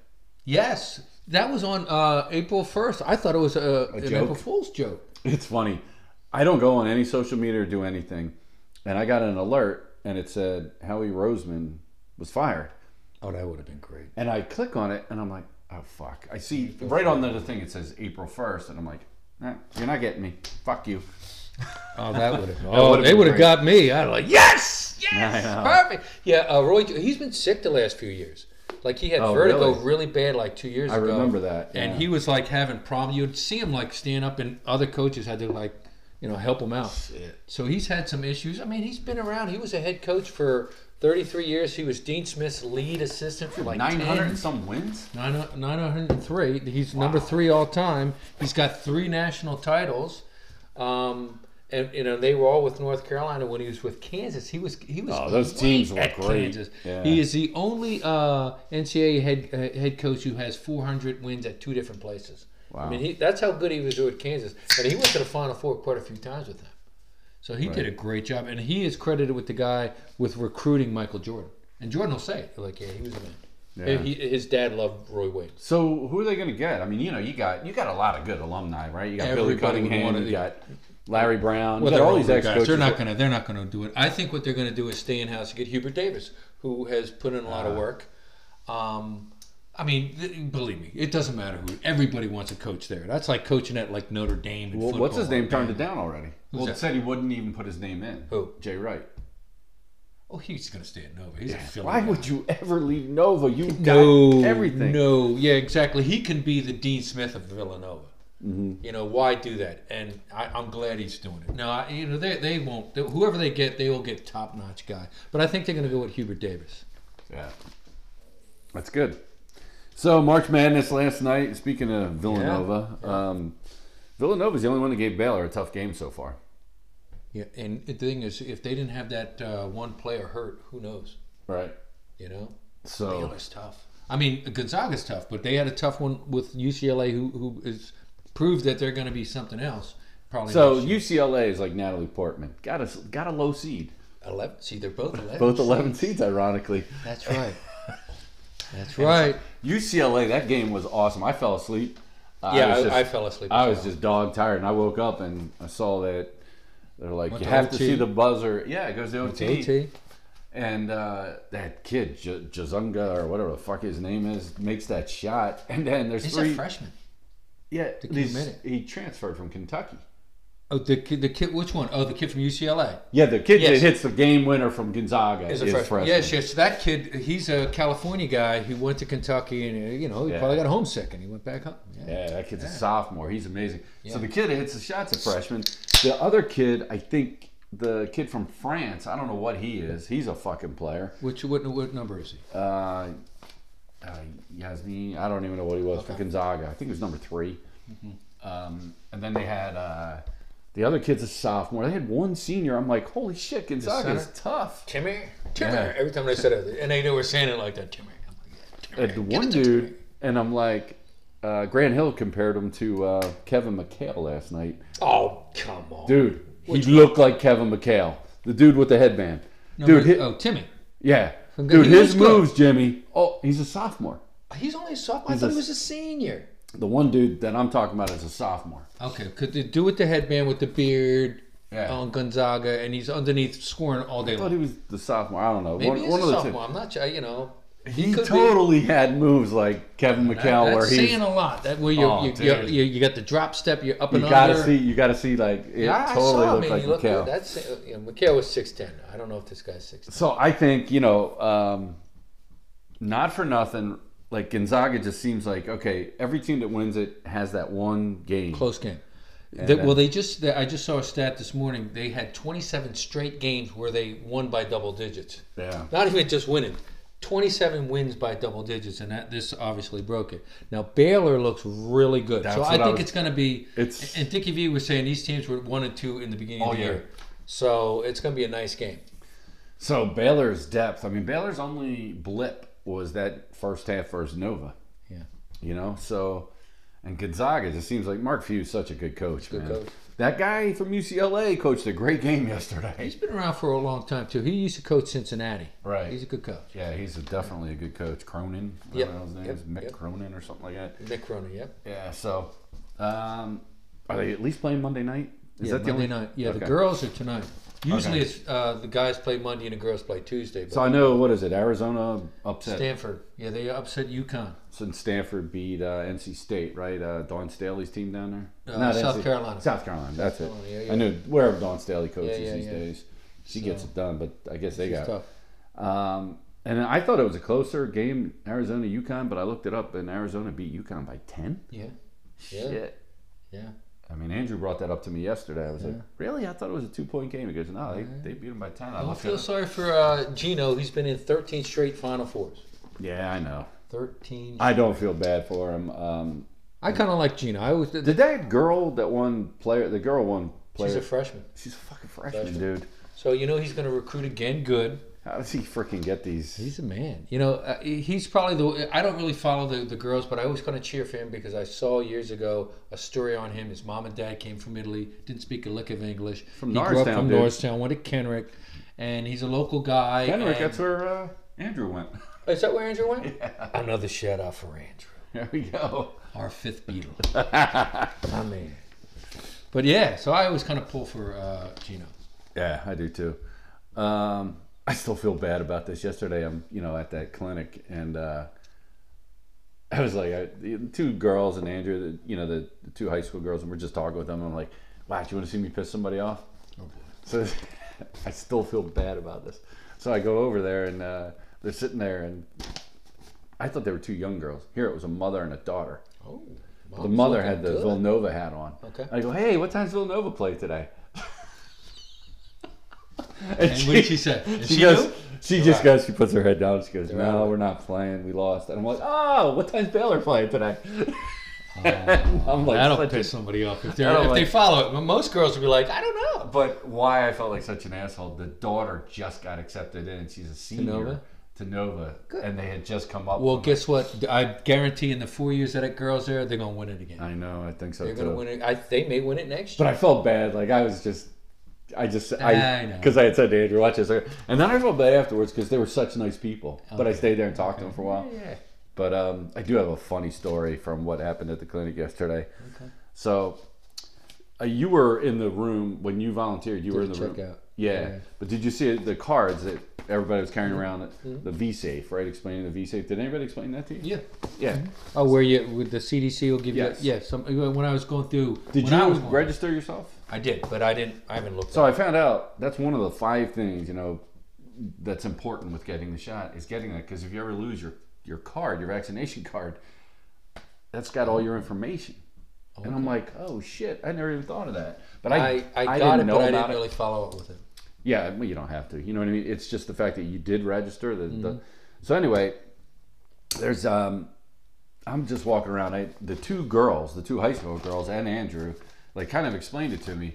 yes, that was on uh, April 1st. I thought it was a, an
joke?
April Fool's joke.
It's funny. I don't go on any social media or do anything, and I got an alert, and it said Howie Roseman was fired.
Oh, that would have been great.
And I click on it and I'm like, oh fuck. I see right on the thing it says April 1st and I'm like, nah, you're not getting me. Fuck you.
Oh, that would have.
That
Oh,
would've
they
been
would have
great.
got me. I'd like, yes, yes,
I know.
perfect. Yeah, uh, Roy, he's been sick the last few years. Like he had
Oh,
vertigo
really?
really? bad like two years
I
ago.
remember that, yeah.
And he was like having problems. You'd see him like stand up, and other coaches had to like, you know, help him out. So he's had some issues. I mean, he's been around. He was a head coach for 33 years. He was Dean Smith's lead assistant for like
900
10.
and some wins?
903. He's number three all time. He's got three national titles. Um, and you know they were all with North Carolina when he was with Kansas. He was he was
Oh, those teams were
at
great.
Kansas.
Yeah.
He is the only uh, NCAA head uh, head coach who has 400 wins at two different places.
Wow.
I mean, he, that's how good he was with Kansas. And he went to the Final Four quite a few times with them. So he did a great job, and he is credited with the guy with recruiting Michael Jordan. And Jordan will say, it, like, yeah, he was a man.
Yeah.
He, his dad loved Roy Wade.
So who are they going to get? I mean, you know, you got you got a lot of good alumni, right? You got Billy
Everybody would
Cunningham,
wanna-
you got Larry Brown,
Well,
you
they're
got all these
older
ex
guys.
coaches.
They're not gonna. They're not gonna do it. I think what they're gonna do is stay in house and get Hubert Davis, who has put in a lot
Ah.
of work. Um, I mean, th- believe me, it doesn't matter who. Everybody wants a coach there. That's like coaching at like Notre Dame. In
well,
football.
what's his name turned it down already? well, it
that?
said he wouldn't even put his name in.
Who?
Jay Wright.
Oh, he's gonna stay at Nova. He's a Philly
Why
guy.
would you ever leave Nova? You got
no
everything.
No, yeah, exactly. He can be the Dean Smith of Villanova.
Mm-hmm.
You know why do that? And I, I'm glad he's doing it. No, I, you know they they won't. they- whoever they get, they will get top notch guy. But I think they're gonna go with Hubert Davis.
Yeah. That's good. So March Madness last night. Speaking of Villanova, um, Villanova's the only one that gave Baylor a tough game so far.
Yeah, and the thing is, if they didn't have that uh, one player hurt, who knows?
Right.
You know,
So
Baylor's tough. I mean, Gonzaga's tough, but they had a tough one with UCLA, who who is proved that they're going to be something else. Probably
so
next year.
UCLA is like Natalie Portman. Got a got a low seed.
eleven. See, they're both eleven.
Both eleven seeds, ironically.
That's right. That's right.
UCLA. That game was awesome. I fell asleep. I
yeah, I,
was just-
I fell asleep.
I
as
was
well.
just dog tired, and I woke up and I saw that they're like,
Went
you
to
have to
OT.
see the buzzer. Yeah, it goes to OT.
OT.
And uh, that kid, J- Jazunga or whatever the fuck his name is, makes that shot, and then there's
He's
three.
a freshman.
yeah,
kid
these-
made it.
he transferred from Kentucky.
Oh, the kid, the kid. Which one? Oh, the kid from UCLA
Yeah, the kid
Yes.
that hits the game winner from Gonzaga
is
is,
a
freshman.
freshman. Yes, yes. That kid. He's a California guy who went to Kentucky, and uh, you know he
Yeah.
probably got homesick, and he went back home. Yeah.
Yeah, that kid's a sophomore. He's amazing.
Yeah.
So the kid that hits the shots a freshman. The other kid, I think the kid from France. I don't know what he is. He's a fucking player.
Which what, what number is he?
Uh, uh, Yasni, I don't even know what he was for
Okay. Mm-hmm.
Gonzaga. I think he was number 3 Um, and then they had uh, the other kid's a sophomore. They had one senior. I'm like, holy shit, Gonzaga is
center?
tough.
Tim here. Tim
Yeah.
here. Every time they said it, and they, they were saying it like that. Tim here. I'm like, yeah, Tim
And
here.
the
Give
one
it to Tim
dude,
here.
and I'm like, uh, Grant Hill compared him to uh, Kevin McHale last night.
Oh come on,
Dude, he looked like Kevin McHale, the dude with the headband.
Number-
dude, hi-
oh Timmy.
yeah,
He
dude,
was
his
good.
moves, Jimmy. Oh, he's a sophomore.
He's only a sophomore. I
He's
thought
a-
he was a senior.
The one dude that I'm talking about is a sophomore.
Okay, could the dude with the headband with the beard
Yeah.
on Gonzaga, and he's underneath scoring all day
I thought
long.
he was the sophomore. I don't know.
Maybe
one,
he's
one
a
of the
sophomore. I'm not. sure, You know,
Two. He,
could be.
totally had moves like Kevin McHale,
that's
where he's
saying a lot. That where you
Oh,
you, you,
dude.
you you got the drop step, you're up
you
and
gotta
under.
see, you gotta see, like it
yeah, I
totally
saw him.
looked
and
like
he looked
McHale.
good. That's uh, you know, McHale was six ten. I don't know if this guy's six ten.
So I think you know, um, not for nothing. Like Gonzaga just seems like okay. Every team that wins it has that one game.
Close game. They-
then-
well, they just they, I just saw a stat this morning. They had twenty seven straight games where they won by double digits.
Yeah.
Not even just winning. 27 wins by double digits, and that this obviously broke it. Now Baylor looks really good,
That's
so I
what I
think
was-
it's going to be.
It's-
and Dickie V was saying these teams were one and two in the beginning
Oh,
of the
yeah.
year, so it's going to be a nice game.
So Baylor's depth. I mean, Baylor's only blip was that first half versus Nova.
Yeah.
You know, so and Gonzaga just seems like Mark Few is such a good coach.
good
man.
coach.
That guy from UCLA coached a great game yesterday.
He's been around for a long time too. He used to coach Cincinnati.
Right.
He's a good coach.
Yeah, he's a, definitely a good coach. Cronin, I
Yep,
don't know his name
yep,
is Mick
yep.
Cronin or something like that.
Mick Cronin, yep.
Yeah, so um, are they at least playing Monday night? Is
yeah,
that the
Monday
only
night? Yeah, the
Okay.
girls are tonight. Usually,
Okay.
it's uh, the guys play Monday and the girls play Tuesday. But
So I know what is it? Arizona upset
Stanford, yeah, they upset UConn.
since Stanford beat uh, NC State, right? Uh, Don Staley's team down there.
Uh, South Carolina.
South Carolina. That's it.
Carolina, Oh, yeah, yeah.
I knew wherever Don Staley coaches
yeah,
these
yeah.
days, she gets
So-
it done. But I guess they
It's
got.
tough.
it. Um, and I thought it was a closer game, Arizona UConn, but I looked it up, and Arizona beat UConn by ten.
Yeah, Yeah.
Shit.
yeah.
I mean, Andrew brought that up to me yesterday. I was like, "Really? I thought it was a two-point game." He goes, "No, they, they beat them by 10. I
I
looked it
feel
up.
sorry for uh, Gino. He's been in 13 straight Final Fours.
Yeah, I know.
13. I,
I don't feel bad for him. Um,
kind of like Gino. I was. Th-
did that girl that won player? The girl won player.
She's a freshman,
She's a fucking freshman,
Freshman.
dude.
so you know he's going to recruit again. Good.
How does he freaking get these?
He's a man. You know, uh, he's probably the. I don't really follow the, the girls, but I always kind of cheer for him because I saw years ago a story on him. His mom and dad came from Italy, didn't speak a lick of English.
From
he grew up
Norristown,
from
dude.
Norristown, went to Kenrick, and he's a local guy.
Henrik,
and-
that's where uh, Andrew went.
Is that where Andrew went? Another shout out for Andrew.
there we go.
Our fifth Beatle. I mean. But yeah, so I always kind of pull for uh, Gino.
Yeah, I do too. Um, I still feel bad about this. Yesterday, I'm you know at that clinic, and uh, I was like, I, the two girls and Andrew, the, you know the, the two high school girls, and we're just talking with them. And I'm like, wow, do you want to see me piss somebody off?
Oh,
So I still feel bad about this. So I go over there, and uh, they're sitting there, and I thought they were two young girls. Here it was a mother and a daughter.
Oh,
The mother had the Villanova hat on.
Okay.
I go, hey, what time's Villanova play today? and
And what did she say? And
She,
she
goes.
knew?
She just goes. She puts her head down. She goes,
out
no,
of it."
we're not playing. We lost. And I'm like, oh, what time's Baylor playing today? I'm
Oh.
like,
That'll
such a-
piss somebody off if, they're,
That'll
if they
like-
follow it. But most girls will be like, I don't know.
But why I felt like such an asshole, the daughter just got accepted in. She's a senior to
Nova?
Nova, and they had just come up.
Well,
with-
guess what? I guarantee in the four years that that girl's there, they're gonna win it again.
I know, I think so
They're
too.
gonna win it. I, they may win it next
But
year.
I felt bad. Like I was just, I just,
I know.
I because I, had said to Andrew, watch this, and then I felt bad afterwards because they were such nice people. But I stayed there and talked to them for a while.
yeah.
But um, I do have a funny story from what happened at the clinic yesterday.
Okay.
So uh, you were in the room when you volunteered. You were in
the
the room.
checkout.
Yeah.
Yeah. Mm-hmm.
But did you see the cards that everybody was carrying around? The V safe, right? Explaining the V safe. Did anybody explain that to you?
Yeah.
Yeah.
Oh, where you with the CDC will give
Yes.
you? Yeah. Some when I was going through.
Did
when
you
I was going-
register yourself?
I did, but I didn't. I haven't looked.
So I found out that's one of the five things you know that's important with getting the shot is getting that because if you ever lose your your card, your vaccination card, that's got all your information. And I'm like, oh shit, I never even thought of that. But I
I, I, got
didn't
it,
know
but I
about
didn't
it.
really follow up with it.
Yeah, well, you don't have to. You know what I mean? It's just the fact that you did register. The,
Mm-hmm.
the so anyway, there's um, I'm just walking around. I the two girls, the two high school girls, and Andrew, like kind of explained it to me.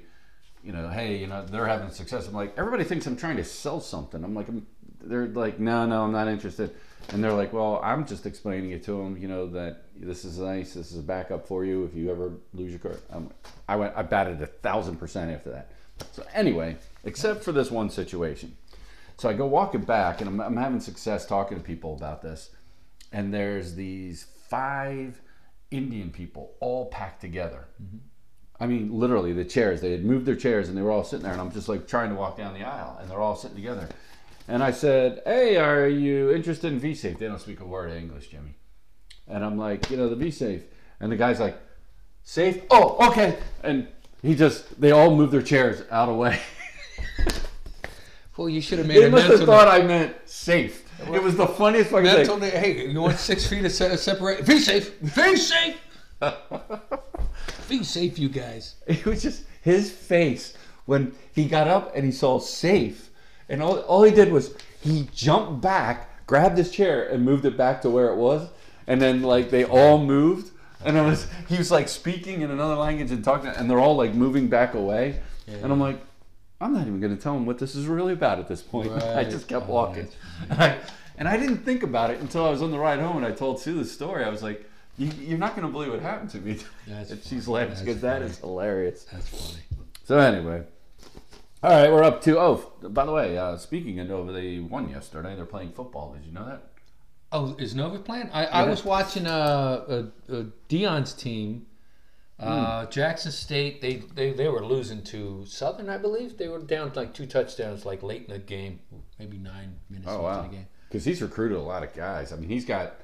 You know, hey, you know they're having success. I'm like, everybody thinks I'm trying to sell something. I'm like, I'm, they're like, no, no, I'm not interested. And they're like, well, I'm just explaining it to them. You know that this is nice. This is a backup for you if you ever lose your card. I'm, I went, I batted a thousand percent after that. So anyway, except for this one situation. So I go walking back, and I'm, I'm having success talking to people about this. And there's these five Indian people all packed together. I mean, literally, the chairs. They had moved their chairs, and they were all sitting there. And I'm just like trying to walk down the aisle, and they're all sitting together. And I said, "Hey, are you interested in V-Safe?" They don't speak a word of English, Jimmy. And I'm like, you know, the V-Safe. And the guy's like, "Safe? Oh, okay." And he just, they all moved their chairs out of the way.
Well, you should have made
They
a
must
mental.
have thought I meant safe. It was the funniest fucking
mental
thing.
hey, you want six feet of se- separate? Be safe. Be safe. Be safe, you guys.
It was just his face when he got up and he saw safe, and all, all he did was he jumped back, grabbed his chair, and moved it back to where it was, and then like they all moved, and I was he was like speaking in another language and talking, and they're all like moving back away, and I'm like. I'm not even going to tell him what this is really about at this point. I
Right.
just kept
Oh,
walking.
that's
And I, and I didn't think about it until I was on the ride home and I told Sue the story. I was like, you, you're not going to believe what happened to me.
That's
and she's laughing
funny.
because
That's
that
funny.
is hilarious.
That's funny.
So anyway, all right, we're up to. Oh, by the way, uh, speaking of Nova, they won yesterday. They're playing football. Did you know that?
Oh, is Nova playing? I, I was watching uh, uh, uh, Dion's team, uh,
Hmm.
Jackson State. They, they they were losing to Southern, I believe. They were down like two touchdowns, like late in the game, maybe nine minutes
Oh,
into the game.
Because he's recruited a lot of guys. I mean, he's got.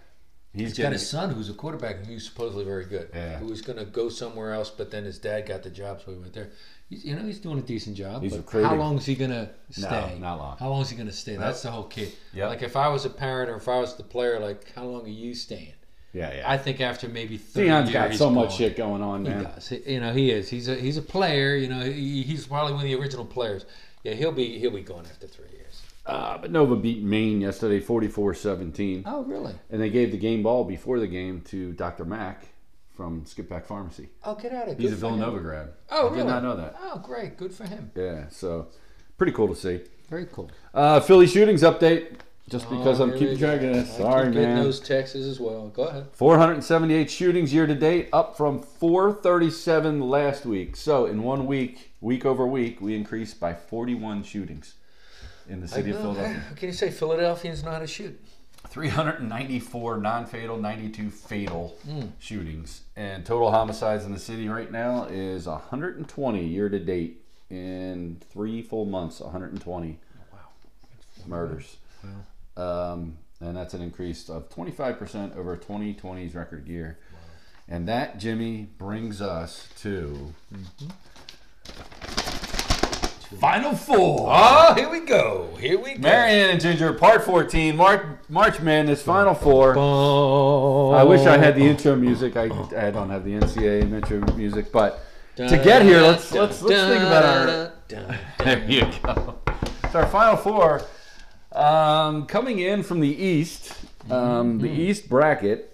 He's,
He's got
getting,
his son who's a quarterback who's supposedly very good.
Yeah.
Who was going to go somewhere else, but then his dad got the job, so he went there. He's, you know, he's doing a decent job.
He's
but
recruiting.
How long is he going to stay?
not long.
How long is he going to stay? That's the whole key.
Yep.
Like if I was a parent or if I was the player, like how long are you staying?
Yeah, yeah.
I think after maybe 30
Dion's
years,
got so
he's
much
gone.
shit going on,
He
man.
does. He- you know, he is. He's a he's a player. You know, he, he's probably one of the original players. Yeah, he'll be he'll be gone after three years.
Uh, but Nova beat Maine yesterday, 44-17.
Oh, really?
And they gave the game ball before the game to Dr. Mack from Skip Back Pharmacy.
Oh, get out of.
He's
good
a
for him.
Villanova grad.
Oh,
I
really?
did not know that.
Oh, great. Good for him.
Yeah, so pretty cool to see.
Very cool.
Uh, Philly shootings update. Just because
Oh,
I'm
here
keeping
we go.
track of this.
I
Sorry,
keep getting
man.
Those texts as well. Go ahead.
478 shootings year to date, up from 437 last week. So in one week, week over week, we increased by 41 shootings in the city of Philadelphia.
Can you say Philadelphians know how to shoot?
394 non-fatal, 92 fatal shootings, and total homicides in the city right now is 120 year to date in three full months. 120
Wow.
murders, um, and that's an increase of 25 percent over 2020's record year. And that, Jimmy, brings us to final four.
Oh, here we go. Here we go.
Marianne and Ginger, part 14, March, March Madness, final four. I
I
wish I had the intro music. I, I don't have the NCAA intro music, but to get here, let's let's let's think about our. There you go. It's our final four. Um, coming in from the East, um, the East bracket.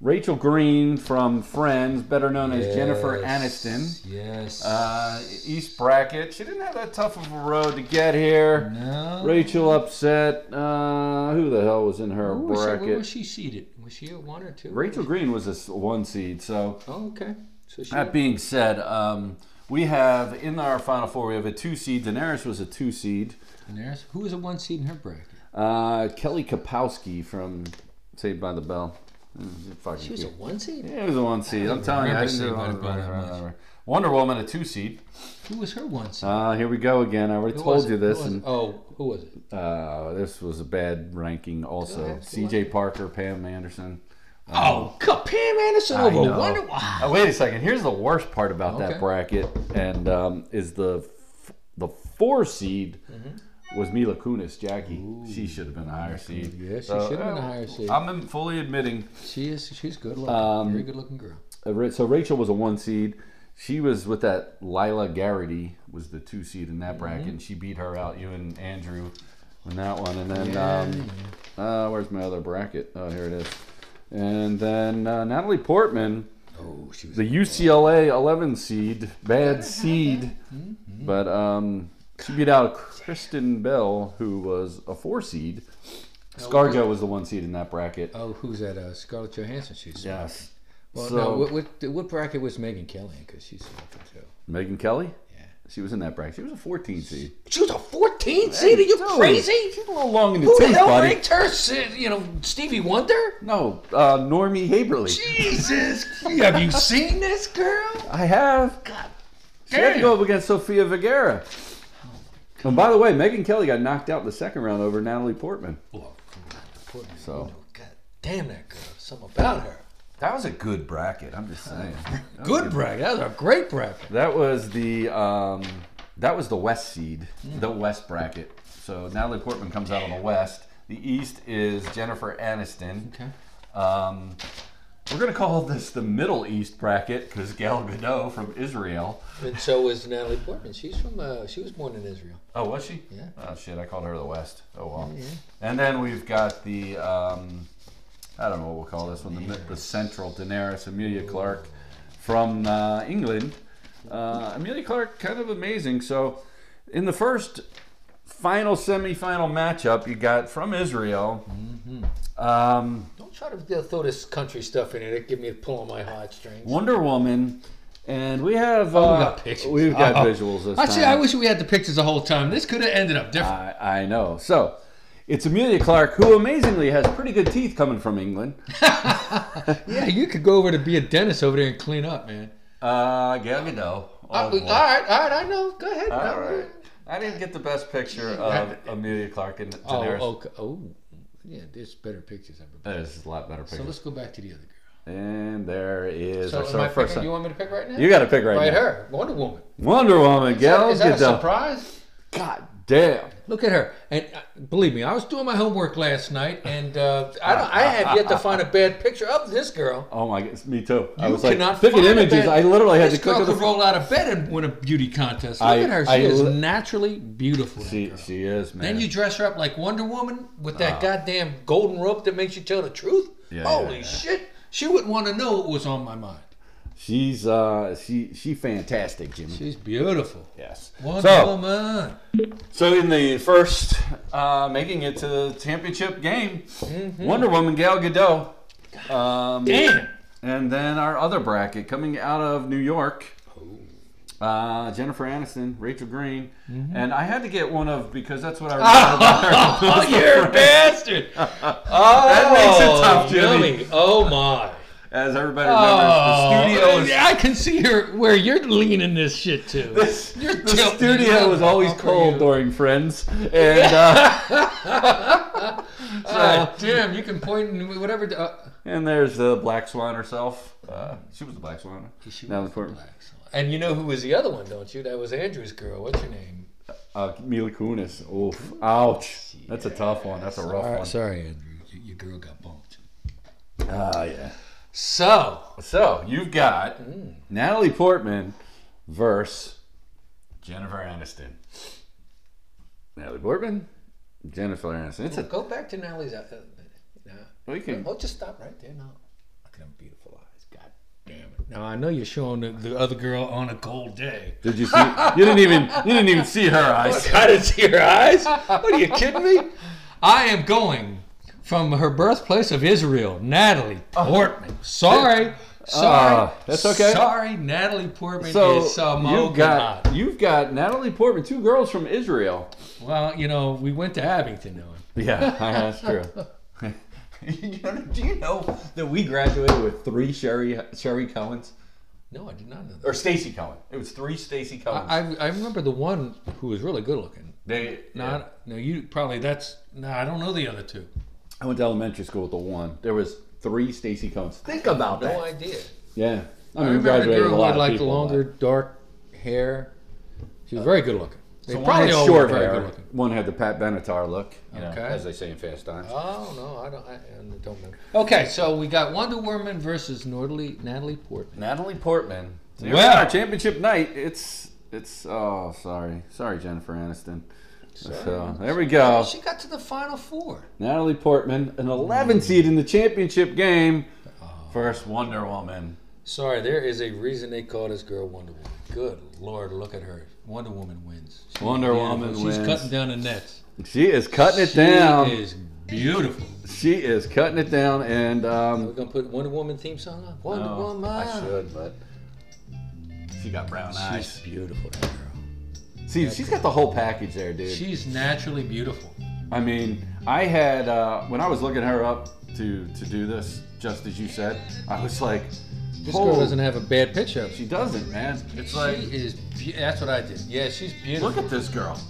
Rachel Green from Friends, better known as Jennifer Aniston.
Yes.
Uh, East bracket. She didn't have that tough of a road to get here.
no.
Rachel upset. Uh, who the hell was in her
Where was she-
bracket?
Where was she seated? Was she at one or two?
Rachel Green was a s- one seed. So
Oh, okay. So she.
that being said, um, we have in our final four we have a two seed. Daenerys was a two seed.
and there's- who was a one seed in her bracket?
Uh, Kelly Kapowski from Saved by the Bell. It was a fucking
She was a
cute.
one seed.
yeah, it was a one seed. I'm
don't
telling you, I
remember Saved
didn't
by the
know.
Bell that much.
Wonder Woman, a two seed.
Who was her one seed?
Uh, here we go again. I already
Who was
told
it?
you
Who
this,
was it?
and
oh, who was it?
uh, this was a bad ranking. Also,
ahead, go
C.J. Parker, Pam Anderson.
Oh, God, Pam Anderson
I
over
know.
Wonder Ah, Woman.
Uh, wait a second. Here's the worst part about
Okay.
that bracket, and um, is the f- the four seed was Mila Kunis, Jackie. She should have been a higher seed.
Mm-hmm. Yeah, she
So,
should have been a
uh,
higher seed.
I'm fully admitting.
she is. She's good looking.
Um,
Very good looking girl.
uh, Ra- So Rachel was a one seed. She was with that Lila Garrity was the two seed in that
Mm-hmm.
bracket, and she beat her out. You and Andrew in that one, and then um, uh, where's my other bracket? Oh, here it is. And then uh, Natalie Portman.
Oh, she was.
the UCLA 11 seed, bad seed, but um, she beat out Kristen Bell, who was a four seed. ScarJo was the one seed in that bracket.
oh, who's that? Uh, Scarlett Johansson. She's.
Yes.
Well,
so
no. What, what, what bracket was Megan Kelly in? Because she's looking too.
Megan Kelly,
Yeah.
she was in that bracket. She was a 14 seed.
She was a 14 seed. Are you
Dude,
crazy?
She's a little long in the
Who the
tooth,
hell
buddy.
ranked her? Si- You know, Stevie Wonder.
No, uh, Normie Haberly.
Jesus, have you seen this girl?
I have.
God
She had to
damn. Oh
go up against Sophia Vergara. And by the way, Megan Kelly got knocked out in the second round over Natalie Portman.
Well, God, poor man,
So.
you know, God damn that girl. Something about her.
That was a good bracket. I'm just saying.
Good bracket. That was a great bracket.
That was the um, that was the West seed, the West bracket. So Natalie Portman comes out of the West. The East is Jennifer Aniston.
Okay.
Um, we're gonna call this the Middle East bracket because Gal Gadot from Israel.
And so was Natalie Portman. She's from. Uh, she was born in Israel.
Oh, was she?
Yeah.
Oh shit, I called her the West. Oh well. And then we've got the um, I don't know what we'll call this one. The, mid- the Central Daenerys Amelia Clark from uh, England. Uh, Amelia Clark, kind of amazing. So in the first final semi-final matchup, you got from Israel. Um,
Don't try to throw this country stuff in it. It give me a pull on my heartstrings.
Wonder Woman. And we have uh,
Oh, got pictures.
We've got
Uh-oh.
visuals this
Actually,
time.
I wish we had the pictures the whole time. This could have ended up different.
I, I know. So, it's Amelia Clark, who amazingly has pretty good teeth coming from England.
yeah, you could go over to be a dentist over there and clean up, man.
Uh, Gal Gadot.
Uh, we- all right, all right, I know. Go ahead.
Oh, All right. I didn't get the best picture of Amelia Clark and
Oh,
Daenerys.
okay. Oh, yeah. There's better pictures. Everybody.
There's a lot better
So
picture.
let's go back to the other girl.
and there is
So,
our
am I
our first
picking?
one.
You
You,
want me to pick right now?
got to pick right,
right
now.
her, Wonder Woman.
Wonder Woman, Gal
Is that a
Gadot.
surprise?
God damn.
Look at her. And uh, believe me, I was doing my homework last night, and uh, I don't. I have yet to find a bad picture of this girl.
Oh my god, me too. I
You
was like,
cannot
picking
find a
images.
bad-
I literally had
This
to click
girl
on the
could roll out of bed and win a beauty contest. Look
I-
at her. She
I
is
li-
naturally beautiful. that
She,
girl.
she is, man. Oh.
Then you dress her up like Wonder Woman with that goddamn golden rope that makes you tell the truth.
Yeah,
Holy
yeah, yeah.
shit! She wouldn't want to know what was on my mind.
She's uh, she she fantastic, Jimmy.
She's beautiful.
yes.
Wonder
so,
Woman.
So in the first, uh, making it to the championship game, Wonder Woman Gal Gadot.
Mm-hmm.
Um,
Damn.
And then our other bracket coming out of New York,
Oh.
uh, Jennifer Aniston, Rachel Green,
Mm-hmm.
and I had to get one of because that's what I remember about
Oh,
her.
you're a bastard. Oh, that
makes it tough, Jimmy.
Oh my. Oh.
As everybody remembers, the studio was.
I can see her where you're leaning this shit to. You're
The
tilting.
studio was always
Up for
cold
you.
during Friends, and uh,
Ah, damn, you can point and whatever. Uh,
and there's the Black Swan herself. Uh, she was the Black Swan.
she
That
was
was for-
and you know who was the other one, don't you? That was Andrew's girl. What's her name?
Uh, Mila Kunis. Oof. Ouch. That's a tough one. That's a rough
All right,
one.
sorry, Andrew. You- Your girl got bumped.
Ah, yeah.
So,
So you've got Natalie Portman versus Jennifer Aniston. Natalie Portman, Jennifer Aniston. It's a
go back to Natalie's. Uh, uh, no.
we can.
I'll just stop right there now. Look at them beautiful eyes. God damn it. Now, I know you're showing the, the other girl on a cold day.
Did you see? You didn't even. You didn't even see her eyes.
I didn't see her eyes. What are you kidding me? I am going from her birthplace of Israel, Natalie Portman. Sorry. Sorry.
Uh, that's okay.
Sorry, Natalie Portman
So
is some
you've got you've got Natalie Portman, two girls from Israel.
Well, you know, we went to Abington, though.
Yeah, that's true. you know, do you know that we graduated with three Sherry Sherry Cohens
No, I did not know that.
or Stacy Cohen? It was three Stacy Cohens.
I, I remember the one who was really good looking.
they
Not no, you probably that's no, I don't know the other two.
I went to elementary school with the one. There was three Stacy Cohens. Think about that.
No idea.
Yeah,
I
I mean, we
remember the
graduated
girl
a
who
lot
had
of
like
people.
longer dark hair. She was very good looking. They
So one
probably
had
all
short
were very
hair.
good looking.
One had the Pat Benatar look, you know,
Okay.
as they say in Fast Times.
Oh no, I don't. I, I don't remember. Okay, so we got Wonder Woman versus Natalie Natalie Portman.
Natalie Portman. So here
Well-
we are, championship night. It's it's oh sorry sorry Jennifer Aniston. So there we go.
She got to the final four.
Natalie Portman, an 11 seed in the championship game. First Wonder Woman.
Sorry, there is a reason they call this girl Wonder Woman. Good lord, look at her. Wonder Woman wins. She's
Wonder
beautiful.
Woman
She's
wins.
cutting down the nets.
She is cutting it
she
down.
is beautiful.
She is cutting it down, and
We're
um,
gonna put Wonder Woman theme song on. Wonder
no,
Woman.
Oh, I should, but she got brown
She's
eyes.
beautiful, that girl.
See, she's got the whole package there, dude.
She's naturally beautiful.
I mean, I had uh, when I was looking her up to to do this, just as you said, I was like,
This
"Holy-
girl doesn't have a bad picture of
She doesn't, man. It's like,
she is. Be- that's what I did. Yeah, she's beautiful.
look at this girl.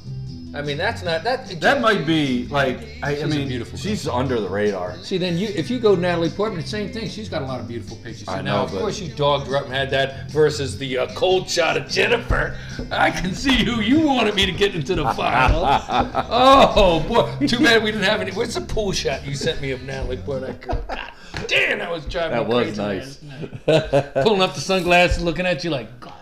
I mean, that's not that.
That might be like, I,
She's a
I mean,
beautiful
she's under the radar.
See, then you if you go Natalie Portman, same thing. She's got a lot of beautiful pictures.
I
So now,
know,
of
but-
course, you dogged her up and had that versus the uh, cold shot of Jennifer. I can see who you wanted me to get into the final. oh boy, too bad we didn't have any. Where's the pool shot you sent me of Natalie Portman? God damn, I was driving.
That
me
was
crazy
nice.
last night. Pulling up the sunglasses, looking at you like God.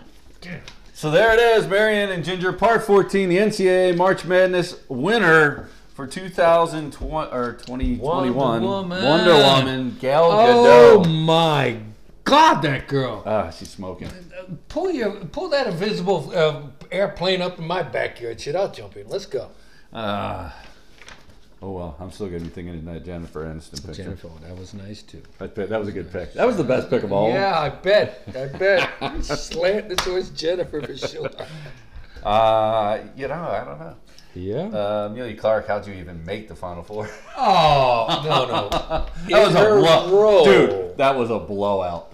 damn.
So there it is, Marion and Ginger, part 14, the NCAA March Madness winner for 2020 or 2021.
Wonder Woman.
Wonder Woman, Gal
Oh
Gadot.
my God, that girl!
Ah, she's smoking.
Pull your pull that invisible uh, airplane up in my backyard. Shit, I'll jump in. Let's go.
Ah. oh well, I'm still gonna be thinking of that Jennifer Aniston picture.
Jennifer, that was nice too.
That, pick- that was a good pick. That was the best pick of all.
Yeah, I bet. I bet. Slanted towards Jennifer for sure.
Uh, you know, I don't know.
Yeah.
Uh, Amelia Clark, how'd you even make the Final Four?
Oh no no.
that
In
was
her
a blow,
role.
dude. That was a blowout.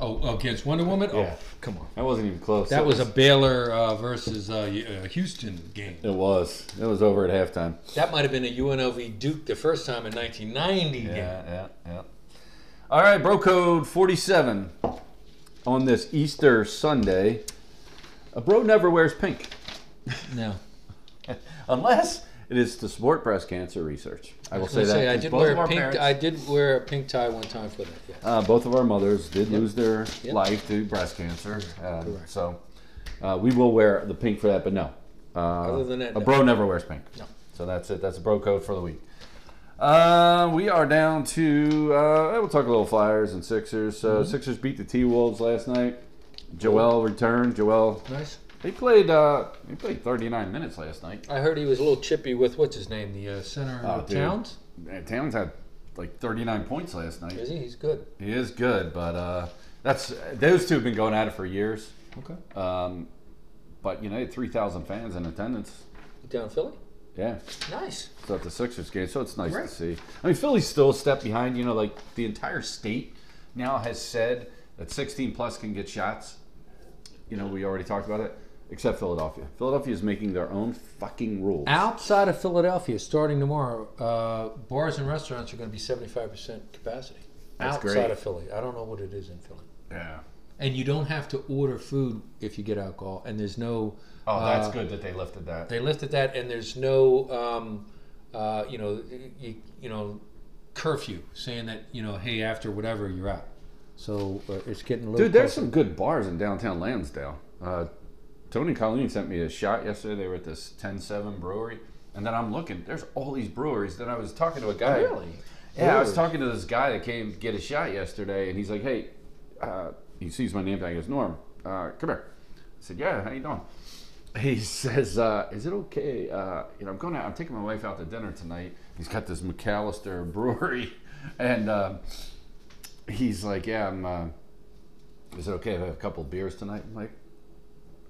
Oh, against Wonder Woman.
Yeah.
Oh, come on.
That wasn't even close.
That was a Baylor uh, versus uh, U- uh, Houston game.
It was. It was over at halftime.
That might have been a UNLV Duke the first time in 1990 game.
yeah, yeah. All right, bro code 47 on this Easter Sunday. A bro never wears pink
No.
unless it is to support breast cancer research. I will
I was
say
gonna
that.
say I
because
did
both
wear
of our
a pink.
parents-
I did wear a pink tie one time for that. Yeah.
Uh, both of our mothers did lose their
Yep.
life to breast cancer. Um, So uh, we will wear the pink for that, but no. Uh, Other
than that, no.
a bro never wears pink.
No.
So that's it. That's a bro code for the week. Uh, we are down to. Uh, we'll talk a little Flyers and Sixers. So
Mm-hmm.
Sixers beat the T Wolves last night. Joel returned. Joel.
Nice.
He played. Uh, he played 39 minutes last night.
I heard he was a little chippy with what's his name, the uh, center
Oh,
of
dude.
Towns.
Man, Uh, Towns had like 39 points last night.
Is he? He's good.
He is good, but uh, that's those two have been going at it for years.
Okay.
Um, but you know, three thousand fans in attendance.
Down Philly.
Yeah,
Nice.
it's at the Sixers game, so it's nice
Right.
to see. I mean, Philly's still a step behind. You know, like the entire state now has said that sixteen plus can get shots. You know, we already talked about it, except Philadelphia. Philadelphia is making their own fucking rules.
Outside of Philadelphia, starting tomorrow, uh, bars and restaurants are going to be 75% capacity.
That's
Outside
great.
of Philly. I don't know what it is in Philly.
Yeah.
And you don't have to order food if you get alcohol. And there's no.
Oh, that's
uh,
good that they lifted that.
They lifted that, and there's no, um, uh, you know, you, you know, curfew saying that you know, hey, after whatever, you're out. So uh, it's getting a little.
Dude, there's
closer.
some good bars in downtown Lansdale. Uh, Tony Colleen sent me a shot yesterday. They were at this 10-7 brewery. And then I'm looking. There's all these breweries. Then I was talking to a guy.
Really?
Yeah, I was
Breweries.
talking to this guy that came get a shot yesterday. And he's like, hey, uh, he sees my name tag. He goes, Norm, uh, come here. I said, yeah, how you doing? He says, uh, is it okay? Uh, you know, I'm going out. I'm taking my wife out to dinner tonight. He's got this McAllister brewery. And... Uh, he's like, yeah, I'm. Uh, is it okay if I have a couple of beers tonight? I'm like,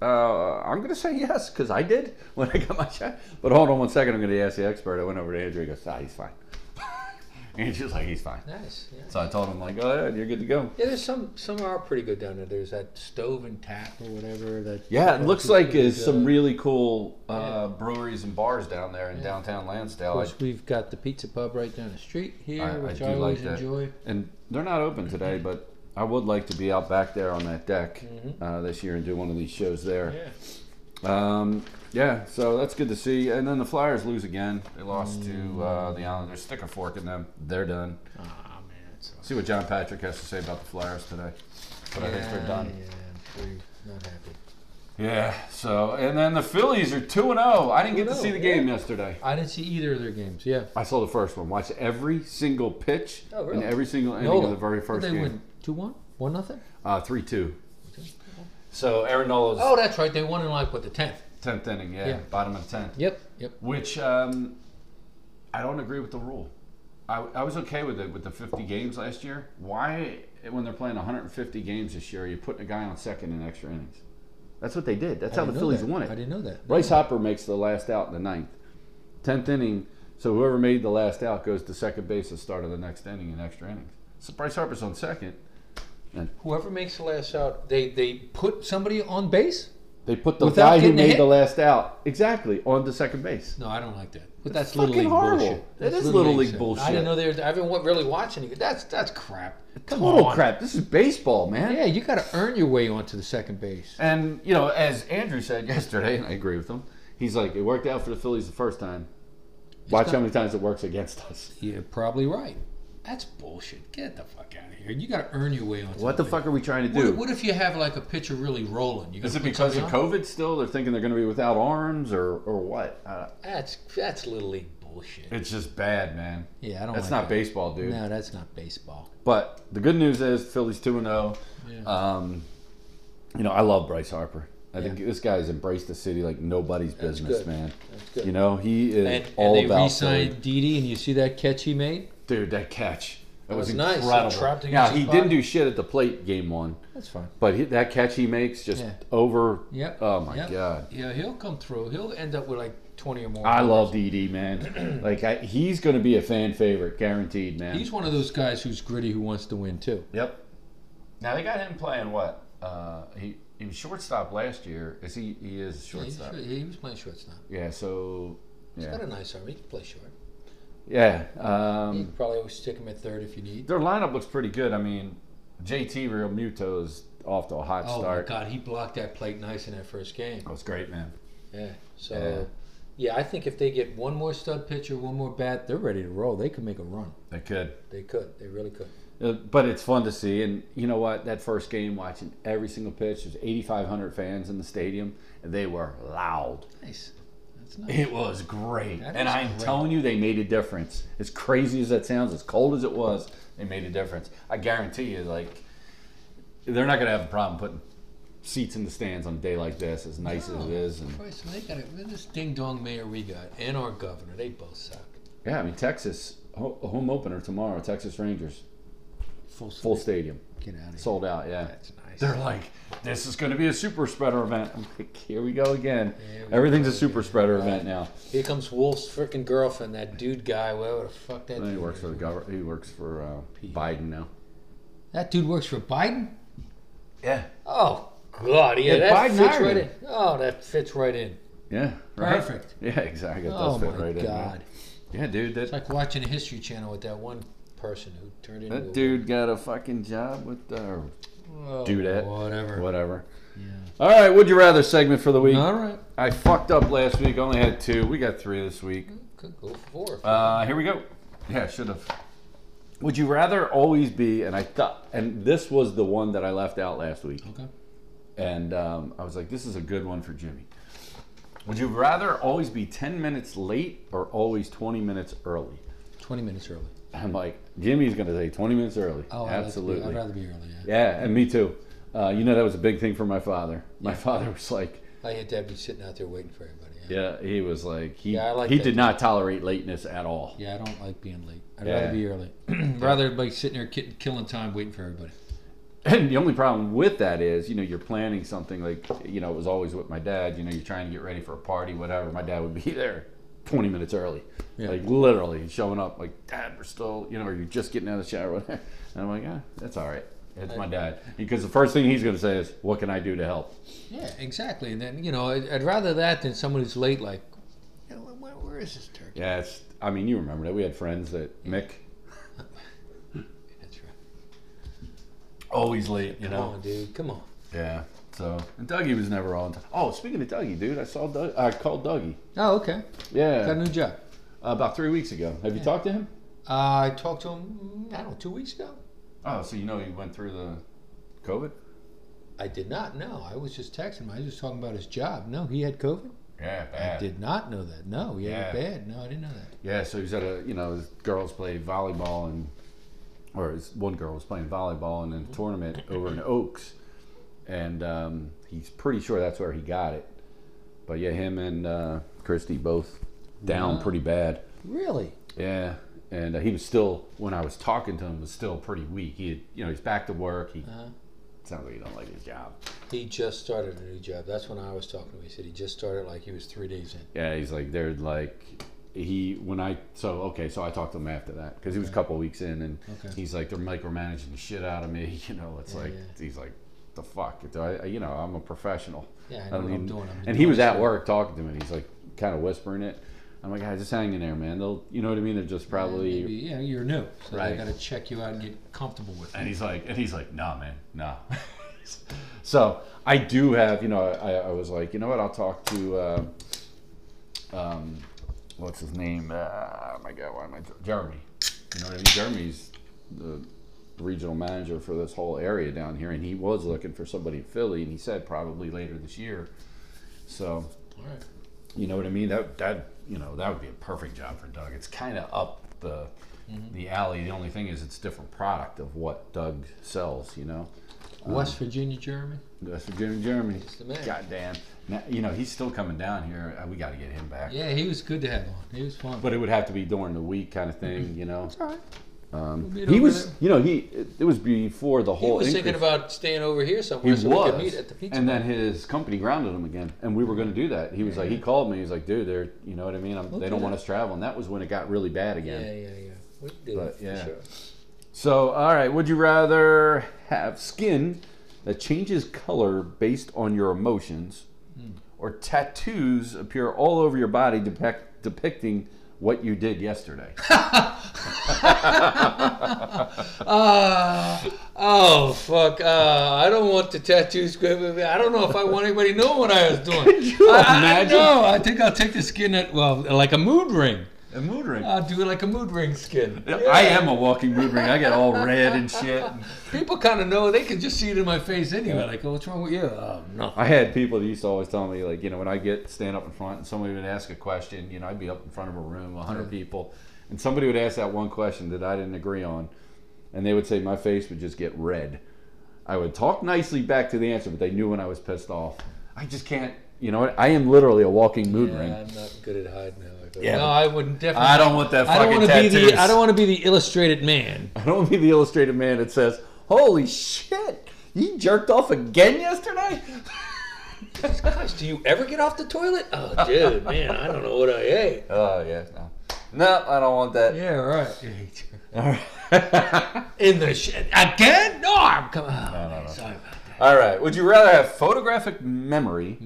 uh, I'm gonna say yes because I did when I got my shot. But hold on one second, I'm gonna ask the expert. I went over to Andrew. He goes, ah, he's fine. And she's like, he's fine.
Nice. Yeah.
So I told him, like, oh, yeah, you're good to go.
Yeah, there's some some are pretty good down there. There's that stove and tap or whatever. That
Yeah, it looks like
Good,
is some
uh,
really cool uh, breweries and bars down there in downtown
Of
Lansdale. I,
course, we've got the pizza pub right down the street here,
I- I
which
do
I,
like
always
that.
enjoy.
and they're not open today, but I would like to be out back there on that deck uh, this year and do one of these shows there.
Mm-hmm. Yeah.
Um, yeah, so that's good to see. And then the Flyers lose again. They lost to uh, the Islanders. Stick a fork in them. They're done.
Oh man, it's
See what John Patrick has to say about the Flyers today. But I think they're done.
Yeah, we're not happy.
Yeah. So and then the Phillies are two and zero. I didn't get to
2-0,
see the
yeah.
game yesterday.
I didn't see either of their games. Yeah.
I saw the first one. Watched every single pitch
Oh, really?
and every single inning of the very first
they
game.
win two one, one nothing.
Uh, three two. So Aaron Nola's
Oh, that's right. They won in like what the tenth.
tenth inning. Yeah,
Yeah.
bottom of tenth.
Yep. Yep.
Which um, I don't agree with the rule. I, I was okay with it with the 50 games last year. Why, when they're playing 150 games this year, are you putting a guy on second in extra innings? That's what they did. That's
I
how the
didn't know
Phillies
that.
won it.
I didn't know that.
Bryce Hopper makes the last out in the ninth. Tenth inning, so whoever made the last out goes to second base at the start of the next inning in extra innings. So Bryce Harper's on second.
Whoever makes the last out, they they put somebody on base.
They put the
Without
guy who
getting a
made
hit?
the last out exactly on to second base.
No, I don't like that. But that's,
fucking
little league
horrible.
bullshit.
That is Little League
shit.
bullshit.
I didn't know they were. I haven't wa- really watching it. That's that's crap. Come
Total
on.
crap. This is baseball, man.
Yeah, you got to earn your way onto the second base.
And you know, as Andrew said yesterday, and I agree with him. He's like, it worked out for the Phillies the first time. Watch
not-
how many times it works against us.
You're probably right. That's bullshit. Get the fuck out of here. You got to earn your way onto
What the fuck are we trying to
What,
do?
what if you have like a pitcher really rolling? You
Is
gotta
it
put
because of
somebody on?
COVID still? They're thinking they're going to be without arms or or what? Uh,
That's that's little league bullshit.
it's just bad, man.
Yeah, I don't.
That's
like
not
that.
baseball, dude.
Oh No, that's not baseball.
But the good news is Phillies two and zero.
Yeah.
Um, You know, I love Bryce Harper. I think this guy's embraced the city like nobody's business,
good.
man.
That's good.
You know, he is
and,
all
and they
about Philly.
re-signed Didi, and you see that catch he made?
Dude, that catch. That was,
was nice. He
incredible.
trapped against
now,
the
he
spot.
didn't do shit at the plate game one,
That's fine.
but he, that catch he makes just
Yeah.
over.
Yep.
Oh, my
yep.
God.
Yeah, he'll come through. He'll end up with like twenty or more.
I love DD, man. like, I, he's going to be a fan favorite, guaranteed, man.
He's one of those guys who's gritty who wants to win too.
yep. Now, they got him playing what? Uh, he, he was shortstop last year. Is he, he is
He's- He was playing shortstop.
Yeah, so.
He's
Yeah.
got a nice arm. He can play short.
Yeah.
You
Um,
can probably always stick him at third if you need.
their lineup looks pretty good. I mean, JT Real Muto's off to a hot
Oh
start. Oh.
my God, he blocked that plate nice in that first game.
That was great, man.
Yeah. So, yeah. I think if they get one more stud pitcher, one more bat, they're ready to roll. They could make a run.
They could.
They could. They really could.
Uh, but it's fun to see. And you know what? That first game, watching every single pitch, there's 8,500 fans in the stadium, and they were loud.
Nice. That's nice.
It was great.
That
and
is
I'm
great.
telling you, they made a difference. As crazy as that sounds, as cold as it was, they made a difference. I guarantee you, like, they're not going to have a problem putting seats in the stands on a day like this, as nice as it is. And,
Christ, they got it. This ding dong mayor we got and our governor, they both suck.
yeah, I mean, Texas, ho- home opener tomorrow, Texas Rangers,
Full,
full stadium,
Get out of here.
sold out, yeah.
That's nice.
They're like, this is going to be a super spreader event. I'm like, here we go again.
Here we
Everything's
go
a super
again.
spreader
Right.
event now.
Here comes Wolf's freaking girlfriend, that dude guy, whatever the fuck that.
He
dude
works
is.
for the government. He works for uh, Biden now.
That dude works for Biden.
Yeah.
Oh God, yeah,
Yeah,
that
Biden
fits
hired
right in.
him.
Oh, that fits right in.
Yeah. Right.
Perfect.
Yeah, exactly. It does
oh
fit
my
right in,
God,
man. Yeah, dude.
it's
That,
like watching a History Channel with that one person who turned into
that
a,
dude got a fucking job with uh,
Oh,
dudette.
Whatever.
whatever.
Yeah.
All right. Would you rather segment for the week?
All right,
I fucked up last week. Only had two. We got three this week.
could go for four.
Uh, here we go. Yeah, should have. Would you rather always be? And I thought, and this was the one that I left out last week.
okay.
and um, I was like, "This is a good one for Jimmy." Would you rather always be ten minutes late or always twenty minutes early?
Twenty minutes early.
I'm like, Jimmy's gonna say twenty minutes early.
Oh, I'd like to be-
absolutely.
I'd rather be early. Yeah.
yeah, and me too. Uh, you know that was a big thing for my father. My father was like,
I had to be sitting out there waiting for everybody. Yeah.
yeah, he was like, he
Yeah, I like
he
that.
did not tolerate lateness at all.
Yeah, I don't like being late. I'd
Yeah.
rather be early. rather like sitting there ki- killing time waiting for everybody.
And the only problem with that is, you know, you're planning something like, you know, it was always with my dad. You know, you're trying to get ready for a party, whatever. My dad would be there 20 minutes early.
Yeah.
Like literally showing up, like, Dad, we're still, you know, are you just getting out of the shower? whatever. And I'm like, ah, that's all right. It's my dad. Because the first thing he's going to say is, what can I do to help?
Yeah, exactly. And then you know, I'd, I'd rather that than someone who's late. Like, you know, where, where is this turkey?
Yeah, it's, I mean, you remember that. We had friends that Mick,
That's right.
always late, you
Come
know.
on, dude. Come on.
Yeah. So, and Dougie was never on time. Oh, speaking of Dougie, dude, I saw Doug, I called Dougie.
Oh, okay. Got a
Yeah.
new job.
About three weeks ago. Have you talked to him?
Uh, I talked to him. I don't know, two weeks ago.
Oh, so you know he went through the COVID?
I did not know. I was just texting him. I was just talking about his job. No, he had COVID.
Yeah,
I did not know that. No, he had it
Yeah.
bad. No, I didn't know that.
Yeah, so he's at a you know his girls play volleyball and or his one girl was playing volleyball in a tournament over in Oaks, and um, he's pretty sure that's where he got it. But yeah, him and uh, Christy both down
Wow.
pretty bad.
Really?
Yeah, and uh, he was still when I was talking to him was still pretty weak. He had, you know he's back to work. He
Uh-huh.
sounds like he don't like his job.
He just started a new job. That's when I was talking to him. He said he just started like he was three days in.
Yeah, he's like they're like he when I so okay so I talked to him after that because he was a couple weeks in and
Okay.
he's like they're micromanaging the shit out of me you know it's
Yeah,
like
yeah.
he's like the fuck Do I, you know I'm a professional
Yeah, I
I
know
don't
what I'm
even-
doing. I'm
and he
doing
was
this
at
for-
work talking to me and he's like kind of whispering it I'm like guys just hang in there man they'll you know what I mean they're just probably
Maybe, yeah, you're new, so they
Right.
got to check you out and get comfortable with
And
you.
he's like, and he's like, nah, man, nah. so I do have, you know, I, I was like, you know what? I'll talk to, uh, um, what's his name? Uh, oh my God, why am I Jeremy? You know what I mean? Jeremy's the regional manager for this whole area down here, and he was looking for somebody in Philly, and he said probably later this year. So
All right.
you know what I mean? That that you know that would be a perfect job for Doug. It's kind of up the
Mm-hmm.
the alley. The only thing is, it's different product of what Doug sells. You know,
West Virginia, Jeremy.
that's for Jimmy Jeremy.
He's the man.
Goddamn, now, you know he's still coming down here. Uh, We got to get him back.
Yeah, he was good to have on. He was fun.
But it would have to be during the week kind
Mm-hmm.
of thing. You know,
all right.
um,
meet
he
over
was.
there.
You know, he it, it was before the
he
whole.
was thinking
increase.
about staying over here somewhere
He
so we
was,
could meet at the pizza.
and then his company grounded him again, and we were going to do that. He was like, he called me. He's like, dude, they're, you know what I mean? I'm,
We'll
they
do
don't
that.
want us traveling. that was when it got really bad
yeah,
again.
yeah, yeah. We did
But,
for
yeah.
sure.
So, all right, would you rather have skin that changes color based on your emotions, or tattoos appear all over your body depict, depicting what you did yesterday?
Uh, oh fuck! Uh, I don't want the tattoos. I don't know if I want anybody knowing what I was doing. Could
you
I, I,
imagine?
no, I think I'll take the skin that well, like a mood ring.
A mood ring.
I'll do it like a mood ring skin.
I am a walking mood ring. I get all red and shit.
People kind of know. They can just see it in my face anyway. Like, oh, what's wrong with you? Oh, no.
I had people that used to always tell me, like, you know, when I get stand up in front and somebody would ask a question, you know, I'd be up in front of a room, 100 people, and somebody would ask that one question that I didn't agree on, and they would say my face would just get red. I would talk nicely back to the answer, but they knew when I was pissed off. I just can't, you know what? I am literally a walking mood
Yeah,
ring.
I'm not good at hiding. How I feel.
Yeah,
no,
but-
I wouldn't definitely.
I don't want that
I don't
fucking
want to be
tattoo.
the. I don't want to be the illustrated man.
I don't want to be the illustrated man that says, "Holy shit, you jerked off again yesterday."
Gosh, do you ever get off the toilet? Oh, dude, man, I don't know what I ate.
Oh yeah, no, no, I don't want that.
Yeah, right.
All right.
In the shit again? No, I'm coming. Oh, man, Sorry about that.
All right. Would you rather have photographic memory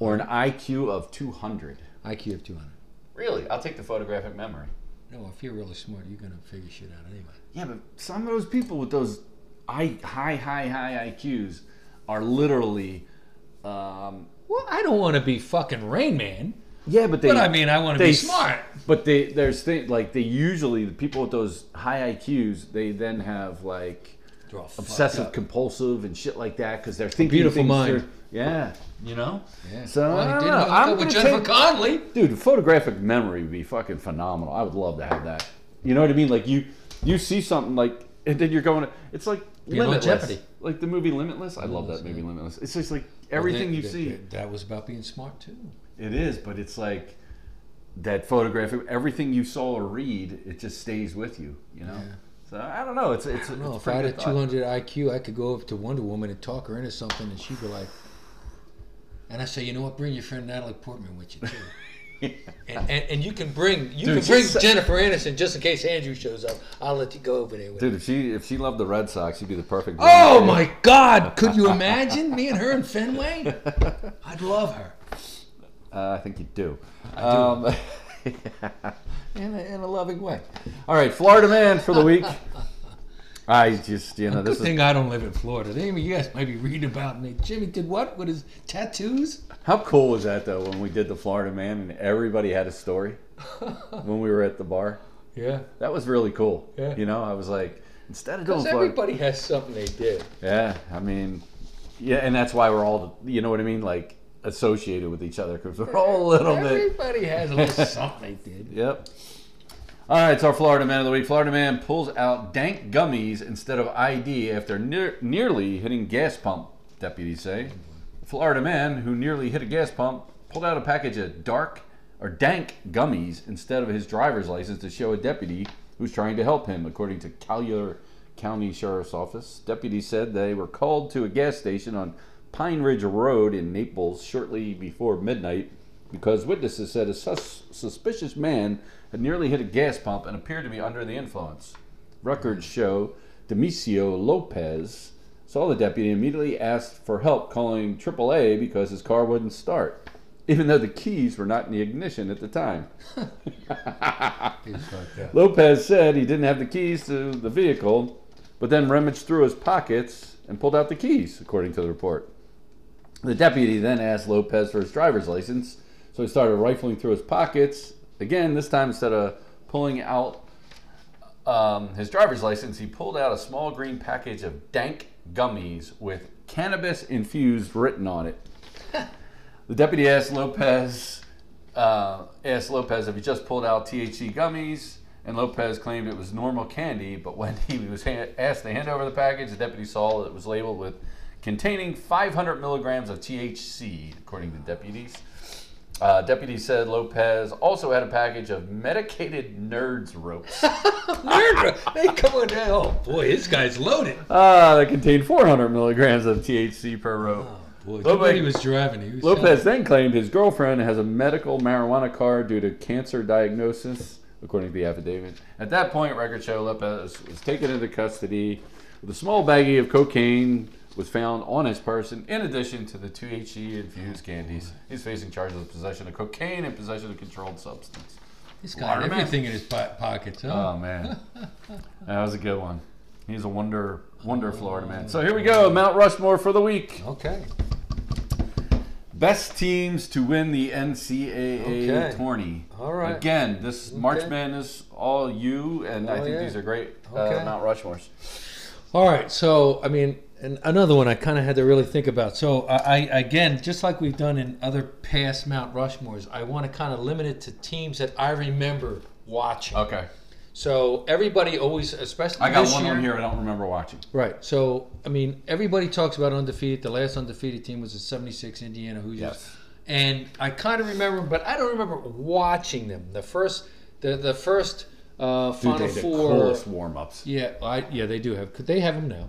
or an IQ of 200?
IQ of 200.
Really? I'll take the photographic memory.
No, if you're really smart, you're gonna figure shit out anyway.
Yeah, but some of those people with those I, high, high, high IQs are literally. Um,
Well, I don't want to be fucking Rain Man,
yeah, but they.
but I mean, I want to
they
be
s-
smart.
But they, there's things like they usually the people with those high IQs they then have like
They're all fucked
obsessive
up.
compulsive and shit like that because they're thinking
Beautiful
things
mind.
through- Yeah, you know.
Yeah.
So,
Well,
I
he
don't
did
know.
hook
I'm
up with
gonna
Jennifer
take-
Connelly.
dude photographic memory would be fucking phenomenal i would love to have that you know what i mean like you you see something like and then you're going it's like
You're on
limitless
Jeopardy.
like the movie limitless i love that movie limitless it's just like everything
That-
you
that-
see
that- That was about being smart too.
it is but it's like that photographic everything you saw or read it just stays with you you know
Yeah.
so i don't know it's it's,
No,
it's
if I had
pretty
a
good thought.
200 IQ, I could go up to Wonder Woman and talk her into something, and she'd be like, and I say, you know what? Bring your friend Natalie Portman with you too. And, and, and you can bring you
Dude,
can bring
just-
Jennifer Aniston just in case Andrew shows up. I'll let you go over there with. her.
Dude, if she if she loved the Red Sox, she'd be the perfect.
Oh my God! Could you imagine me and her in Fenway? I'd love her.
Uh, I think you do. Um, in, a, in a loving way. All right, Florida man for the week. I just you know
Good
this is
thing I don't live in Florida. They, you guys might be reading about me. Jimmy did what with his tattoos?
how cool was that though when we did the Florida man and everybody had a story when we were at the bar.
Yeah.
That was really cool.
Yeah.
You know, I was like instead of doing
Because
Florida,
everybody has something they did.
Yeah, I mean, yeah, and that's why we're all, you know what I mean, like associated with each other because we're all a little bit.
Everybody has a little something they did.
Yep. All right, it's our Florida man of the week. Florida man pulls out dank gummies instead of ID after near, nearly hitting gas pump. Deputies say, Florida man who nearly hit a gas pump pulled out a package of dark or dank gummies instead of his driver's license to show a deputy who's trying to help him, according to Collier County Sheriff's Office. Deputies said they were called to a gas station on Pine Ridge Road in Naples shortly before midnight because witnesses said a sus- suspicious man had nearly hit a gas pump and appeared to be under the influence. Records show Demisio Lopez saw the deputy and immediately asked for help calling AAA because his car wouldn't start, even though the keys were not in the ignition at the time. Lopez said he didn't have the keys to the vehicle, but then rummaged through his pockets and pulled out the keys, according to the report. The deputy then asked Lopez for his driver's license, so he started rifling through his pockets. Again, this time instead of pulling out um, his driver's license, he pulled out a small green package of dank gummies with cannabis infused written on it. the deputy asked Lopez uh, asked Lopez if he just pulled out THC gummies, and Lopez claimed it was normal candy. But when he was ha- asked to hand over the package, the deputy saw that it was labeled with containing 500 milligrams of THC, according to deputies. Uh, deputy said Lopez also had a package of medicated nerds ropes.
Murder! They come on down. Oh boy, this guy's loaded.
Ah, that contained 400 milligrams of THC per rope.
Boy,
Lopez-
Lopez, he was driving. He was
Lopez then claimed his girlfriend has a medical marijuana card due to cancer diagnosis, according to the affidavit. At that point, records show Lopez was taken into custody. with A small baggie of cocaine was found on his person, in addition to the two HE infused candies. He's facing charges of possession of cocaine and possession of controlled substance.
He's got
Waterman.
everything in his po- pockets. Huh?
Oh man, that was a good one. He's a wonder, wonder Florida man. So here we go, Mount Rushmore for the week.
okay.
Best teams to win the NCAA
Okay.
tourney.
All right.
Again, this March
Okay.
Madness, all you, and I
Oh,
think
yeah.
these are great
Okay.
uh, Mount Rushmores.
All right. So I mean, and another one I kind of had to really think about. So I, I again, just like we've done in other past Mount Rushmores, I want to kind of limit it to teams that I remember watching.
Okay.
So everybody always, especially
I got
this
one
year,
on here I don't remember watching.
Right. So, I mean, everybody talks about undefeated. The last undefeated team was the 76 Indiana Hoosiers.
Yes.
And I kind of remember, 'em, but I don't remember watching them. The first, the the first uh, Final
Dude, they had the
Four.
coolest warm ups.
Yeah, I, yeah, they do have. Could they have them now?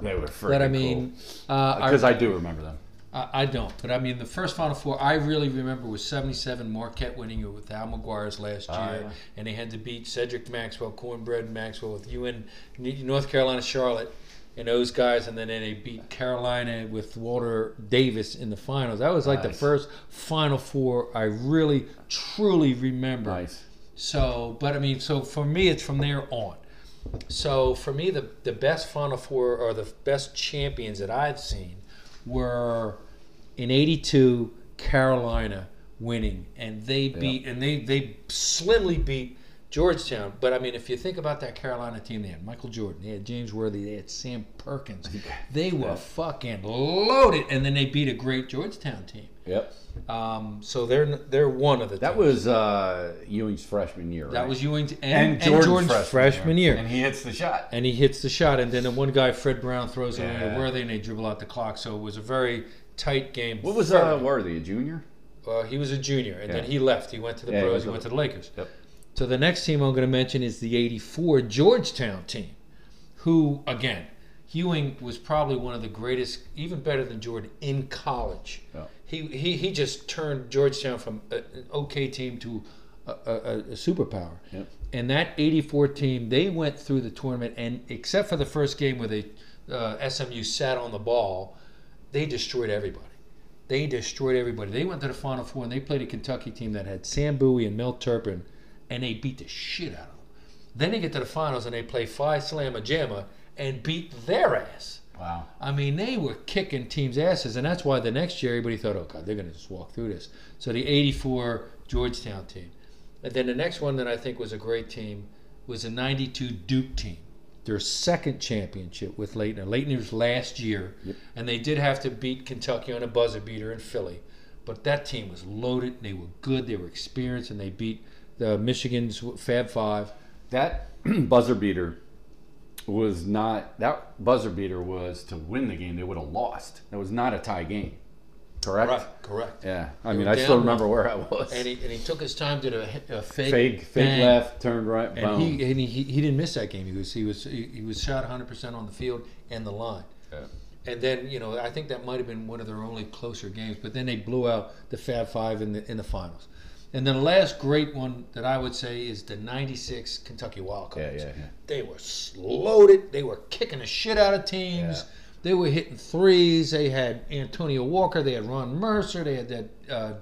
They were freaking
But I mean, uh,
because I do remember them.
I, I don't. But I mean, the first Final Four I really remember was '77 Marquette winning it with Al McGuire's last year,
Ah, yeah.
and they had to beat Cedric Maxwell, Cornbread Maxwell with UN North Carolina Charlotte and those guys, and then they beat Carolina with Walter Davis in the finals. That was like the
Nice.
first Final Four I really truly remember.
Nice.
So, but I mean, so for me, it's from there on. So for me, the the best Final Four or the best champions that I've seen were in '82 Carolina winning, and they beat and they they slimly beat Georgetown. But I mean, if you think about that Carolina team, they had Michael Jordan, they had James Worthy, they had Sam Perkins. They were fucking loaded, and then they beat a great Georgetown team.
Yep.
Um, so they're they're one of the
That
teams.
was uh, Ewing's freshman year.
That
right?
was Ewing's and,
and,
and
Jordan's,
Jordan's freshman, year.
and he hits the shot.
And he hits the shot, and then the one guy, Fred Brown, throws it away
Yeah.
to Worthy, and they dribble out the clock. So it was a very tight game.
What was uh,
Third.
Worthy? A junior?
Uh, he was a junior, and then
Yeah.
he left. He went to the
Yeah, he
pros.
was
He
a-
went to the Lakers.
Yep.
So the next team I'm going to mention is the '84 Georgetown team, who again, Ewing was probably one of the greatest, even better than Jordan in college.
Yeah.
he, he, he just turned Georgetown from a- an okay team to a, a, a- a superpower.
Yep.
And that 84 team, they went through the tournament, and except for the first game where they uh, SMU sat on the ball, they destroyed everybody. They destroyed everybody. They went to the Final Four, and they played a Kentucky team that had Sam Bowie and Mel Turpin, and they beat the shit out of them. Then they get to the finals, and they play Phi Slamma Jamma and beat their ass.
Wow.
I mean, they were kicking teams' asses, and that's why the next year everybody thought, oh, God, they're going to just walk through this. So the 84 Georgetown team. And then the next one that I think was a great team was the 92 Duke team, their second championship with Leighton. Leighton was last year,
Yep.
and they did have to beat Kentucky on a buzzer beater in Philly. But that team was loaded, and they were good, they were experienced, and they beat the Michigan's Fab Five.
That buzzer beater was not that buzzer beater was to win the game. They would have lost. That was not a tie game. Correct.
correct.
Yeah. I mean,
were
I still
down
remember where I was.
And he, and he took his time, did a, a fake,
fake, fake
bang,
left, turned right,
and
boom.
he and he, he didn't miss that game. He was he was he, he was shot 100 percent on the field and the line.
Yeah.
And then you know I think that might have been one of their only closer games. But then they blew out the Fab Five in the in the finals. And then the last great one that I would say is the '96 Kentucky
yeah,
Wildcats.
yeah, yeah.
They were loaded. They were kicking the shit out of teams.
Yeah.
They were hitting threes. They had Antonio Walker. They had Ron Mercer. They had that uh,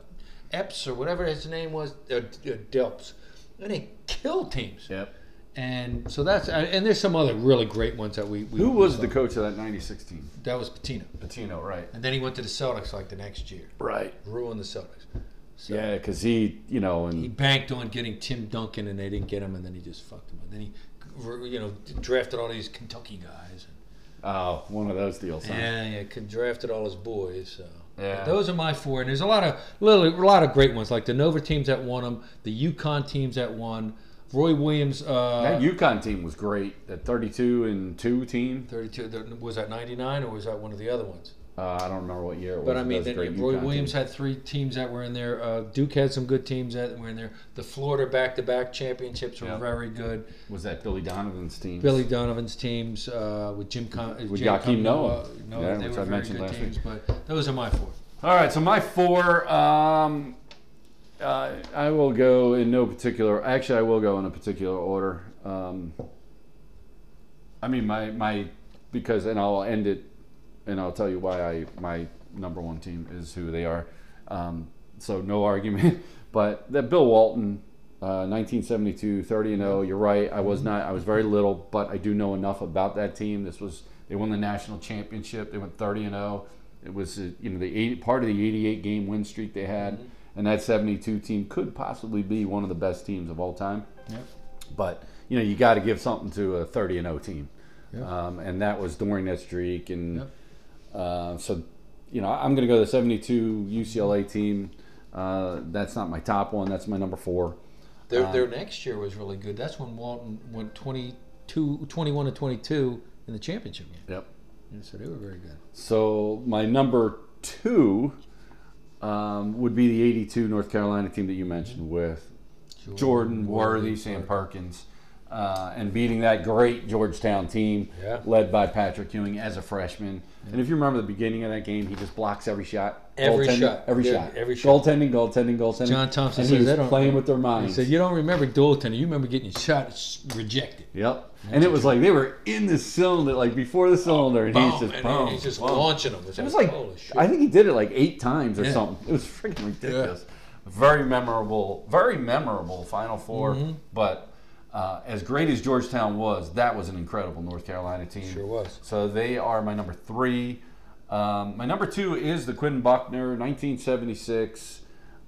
Epps or whatever his name was, uh, D- Delps. And they killed teams.
Yep.
And so that's and there's some other really great ones that we. we
Who was the coach of that '96 team?
that was Patino,
Patino, right?
and then he went to the Celtics like the next year,
Right.
ruined the Celtics. So
Yeah, because he, you know, and
He banked on getting Tim Duncan, and they didn't get him, and then he just fucked him. And then he, you know, drafted all these Kentucky guys.
oh, one of those deals. Huh?
Yeah, yeah, could drafted all his boys. So.
Yeah.
Those are my four, and there's a lot of little, a lot of great ones, like the Nova teams that won them, the Yukon teams that won, Roy Williams. Uh,
That UConn team was great. That 32 and two team.
32 th- was that 99 or was that one of the other ones?
Uh, I don't remember what year it was.
But I mean,
that
then
was a great
Roy
UConn
Williams
team.
had three teams that were in there. Uh, Duke had some good teams that were in there. The Florida back-to-back championships were
Yeah.
very good.
was that Billy Donovan's team.
Billy Donovan's teams uh, with Jim Con-
With
Jim
Joakim
Con-
Noah.
Noah,
Yeah,
they
which
were
I
very
mentioned
good
last
teams, but those are my four.
All right, so my four. Um, uh, I will go in no particular. Actually, I will go in a particular order. Um, I mean, my my because, and I'll end it, and I'll tell you why I my number one team is who they are. Um, so no argument. But that Bill Walton, uh, 1972, 30 and 0. You're right. I was not. I was very little, but I do know enough about that team. This was they won the national championship. They went 30 and 0. It was uh, you know the 80, part of the 88 game win streak they had, and that 72 team could possibly be one of the best teams of all time. But you know, you got to give something to a 30 and 0 team, um, and that was during that streak. And uh, so, you know, I'm going to go the 72 UCLA team. Uh, that's not my top one. That's my number four.
Their,
Um,
their next year was really good. That's when Walton went 22, 21 to 22 in the championship game.
Yep.
Yeah, so they were very good.
So my number two um, would be the 82 North Carolina team that you mentioned with Jordan Worthy, Sam Perkins, uh, and beating that great Georgetown team
Yeah.
led by Patrick Ewing as a freshman. And if you remember the beginning of that game, he just blocks every shot.
Every
Goaltending,
shot.
Every
Yeah,
shot.
every shot.
Goaltending, goaltending, goaltending.
John Thompson
and he
says
was
that on-
playing with their
He
minds.
said, "You don't remember Dalton. You remember getting shot, s- rejected."
yep. And it was like they were in the cylinder, like before the cylinder, and he's
Boom,
just
and
boom.
he's just
boom.
launching them.
It was like I think he did it like eight times or
Yeah.
something. It was freaking ridiculous. Very memorable, very memorable Final 4
Mm-hmm.
But uh, as great as Georgetown was, that was an incredible North Carolina team.
Sure was.
So they are my number three. Um, my number two is the Quinn Buckner 1976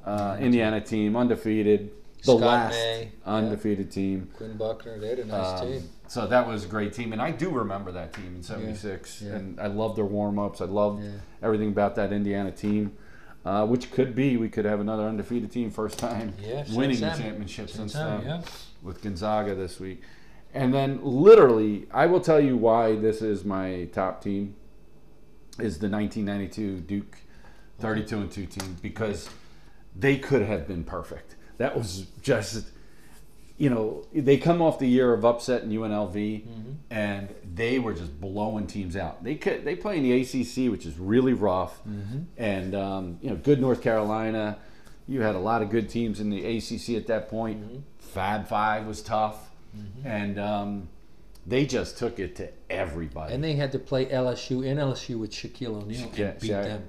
uh, Indiana team, undefeated, the
Scott
last
May.
undefeated team.
Quinn Buckner, they had a nice
Um,
team.
So that was a great team, and I do remember that team in '76,
Yeah.
and I loved their warm-ups. I loved
Yeah.
everything about that Indiana team, uh, which could be we could have another undefeated team first time
Yeah, since
winning the
then.
championship since,
then,
then
yeah.
with Gonzaga this week. And then literally, I will tell you why this is my top team is the 1992 Duke 32 and 2 team because they could have been perfect. That was just you know, they come off the year of upset in UNLV, and they were just blowing teams out. They could they play in the ACC, which is really rough, and um, you know, good North Carolina. You had a lot of good teams in the ACC at that point. Fab Five was tough, and um, they just took it to everybody.
And they had to play LSU in LSU with Shaquille O'Neal
Yeah,
and beat
see, I-
them.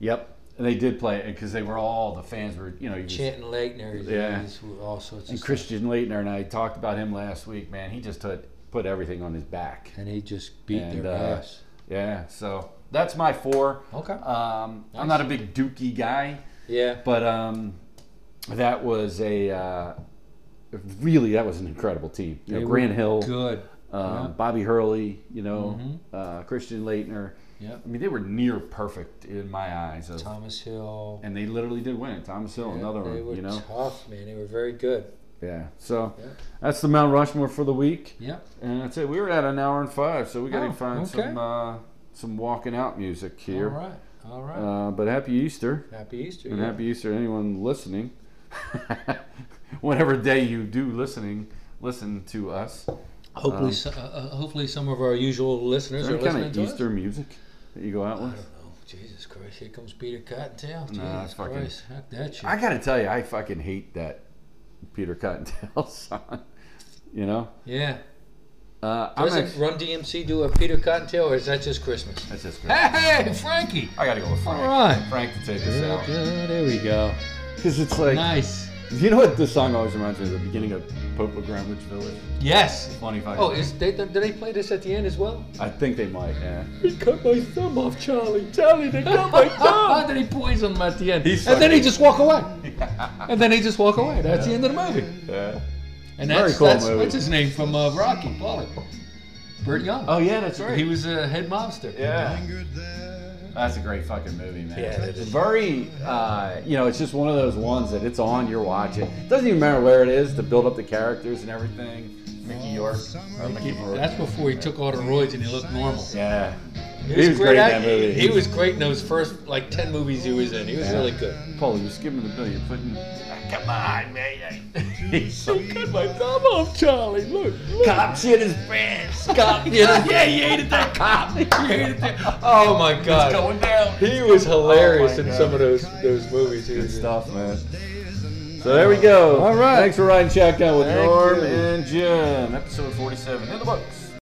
Yep, and they did play it because they were all the fans were you know you just-
Chanting Leitner,
Yeah.
yeah. all sorts of
And
stuff.
Christian Leitner and I talked about him last week, man. He just put, put everything on his back.
and he just beat
And,
their
uh,
ass.
Yeah, so that's my four.
Okay.
Um, I'm
Nice.
not a big Dookie guy,
Yeah.
but um, that was a uh, really that was an incredible team. You know,
They were
Grant Hill,
Good.
uh,
yeah. Mm-hmm.
Bobby Hurley, you know, uh, Christian Leitner.
Yeah.
I mean, they were near perfect in my eyes. Of,
Thomas Hill.
and they literally did win it. Thomas Hill, another
they
one,
were
you know.
tough, man. They were very good.
Yeah. So
Yeah.
that's the Mount Rushmore for the week.
Yep.
And that's it. We were at an hour and five, so we got to
Oh,
find
okay.
some uh, some walking out music
All
here.
right. All right.
Uh, but happy Easter,
happy Easter.
and
yeah.
happy Easter to anyone listening. Whatever day you do listening, listen to us.
Hopefully,
um,
so, uh, uh, hopefully some of our usual listeners
Is
are
there any kind
listening
of
to
Easter
us.
music that you go out
I don't
with?
know. Jesus Christ! Here comes Peter Cottontail. Jesus
Nah, it's fucking-
Christ! Heck that shit.
I gotta tell you, I fucking hate that Peter Cottontail song. You know,
yeah.
uh, I'm
Doesn't
actually,
Run DMC do a Peter Cottontail, or is that just Christmas?
that's just great.
Hey, hey, Frankie!
I gotta go with
All
Frank.
right.
Frank to take us out
There we go.
because it's like
Nice.
You know what this song always reminds me of? The beginning of Pope of Greenwich Village.
Yes.
Funny fucking.
Oh, is they, do they play this at the end as well?
I think they might. Yeah.
He cut my thumb off, Charlie. Charlie, they cut my thumb. and then he poisoned him at the end.
He's
and then he
fucking-
just walk away. and then he just walk away. That's the end of the movie.
yeah.
And
Very
that's,
cool
that's
movie.
what's his name from uh, Rocky, Pollock. Burt Young.
Oh yeah, that's right.
He was a head mobster.
yeah. That's a great fucking movie, man.
Yeah, it is.
Very, uh, you know, it's just one of those ones that it's on, you're watching. It doesn't even matter where it is to build up the characters and everything. Mickey York or Mickey Rourke.
That's before he took all the roids and he looked normal.
yeah. He
He
was great in that
act-
movie.
He was great in those first like ten movies he was in. He was
Yeah.
really good.
Paul, you skipping the bill. You're putting. Come on, man. He's so good.
my thumb off, Charlie. Look.
Cop shit is fast.
Cop. Yeah, yeah, he hated that cop. He hated that. Oh my God.
Going down.
He was hilarious
Oh my
in
God.
some of those those movies. He
Good
was in.
stuff, man. So there we go.
All right.
Thanks for riding shotgun with
Thank
Norm
you.
and Jim. Episode 47 in the books.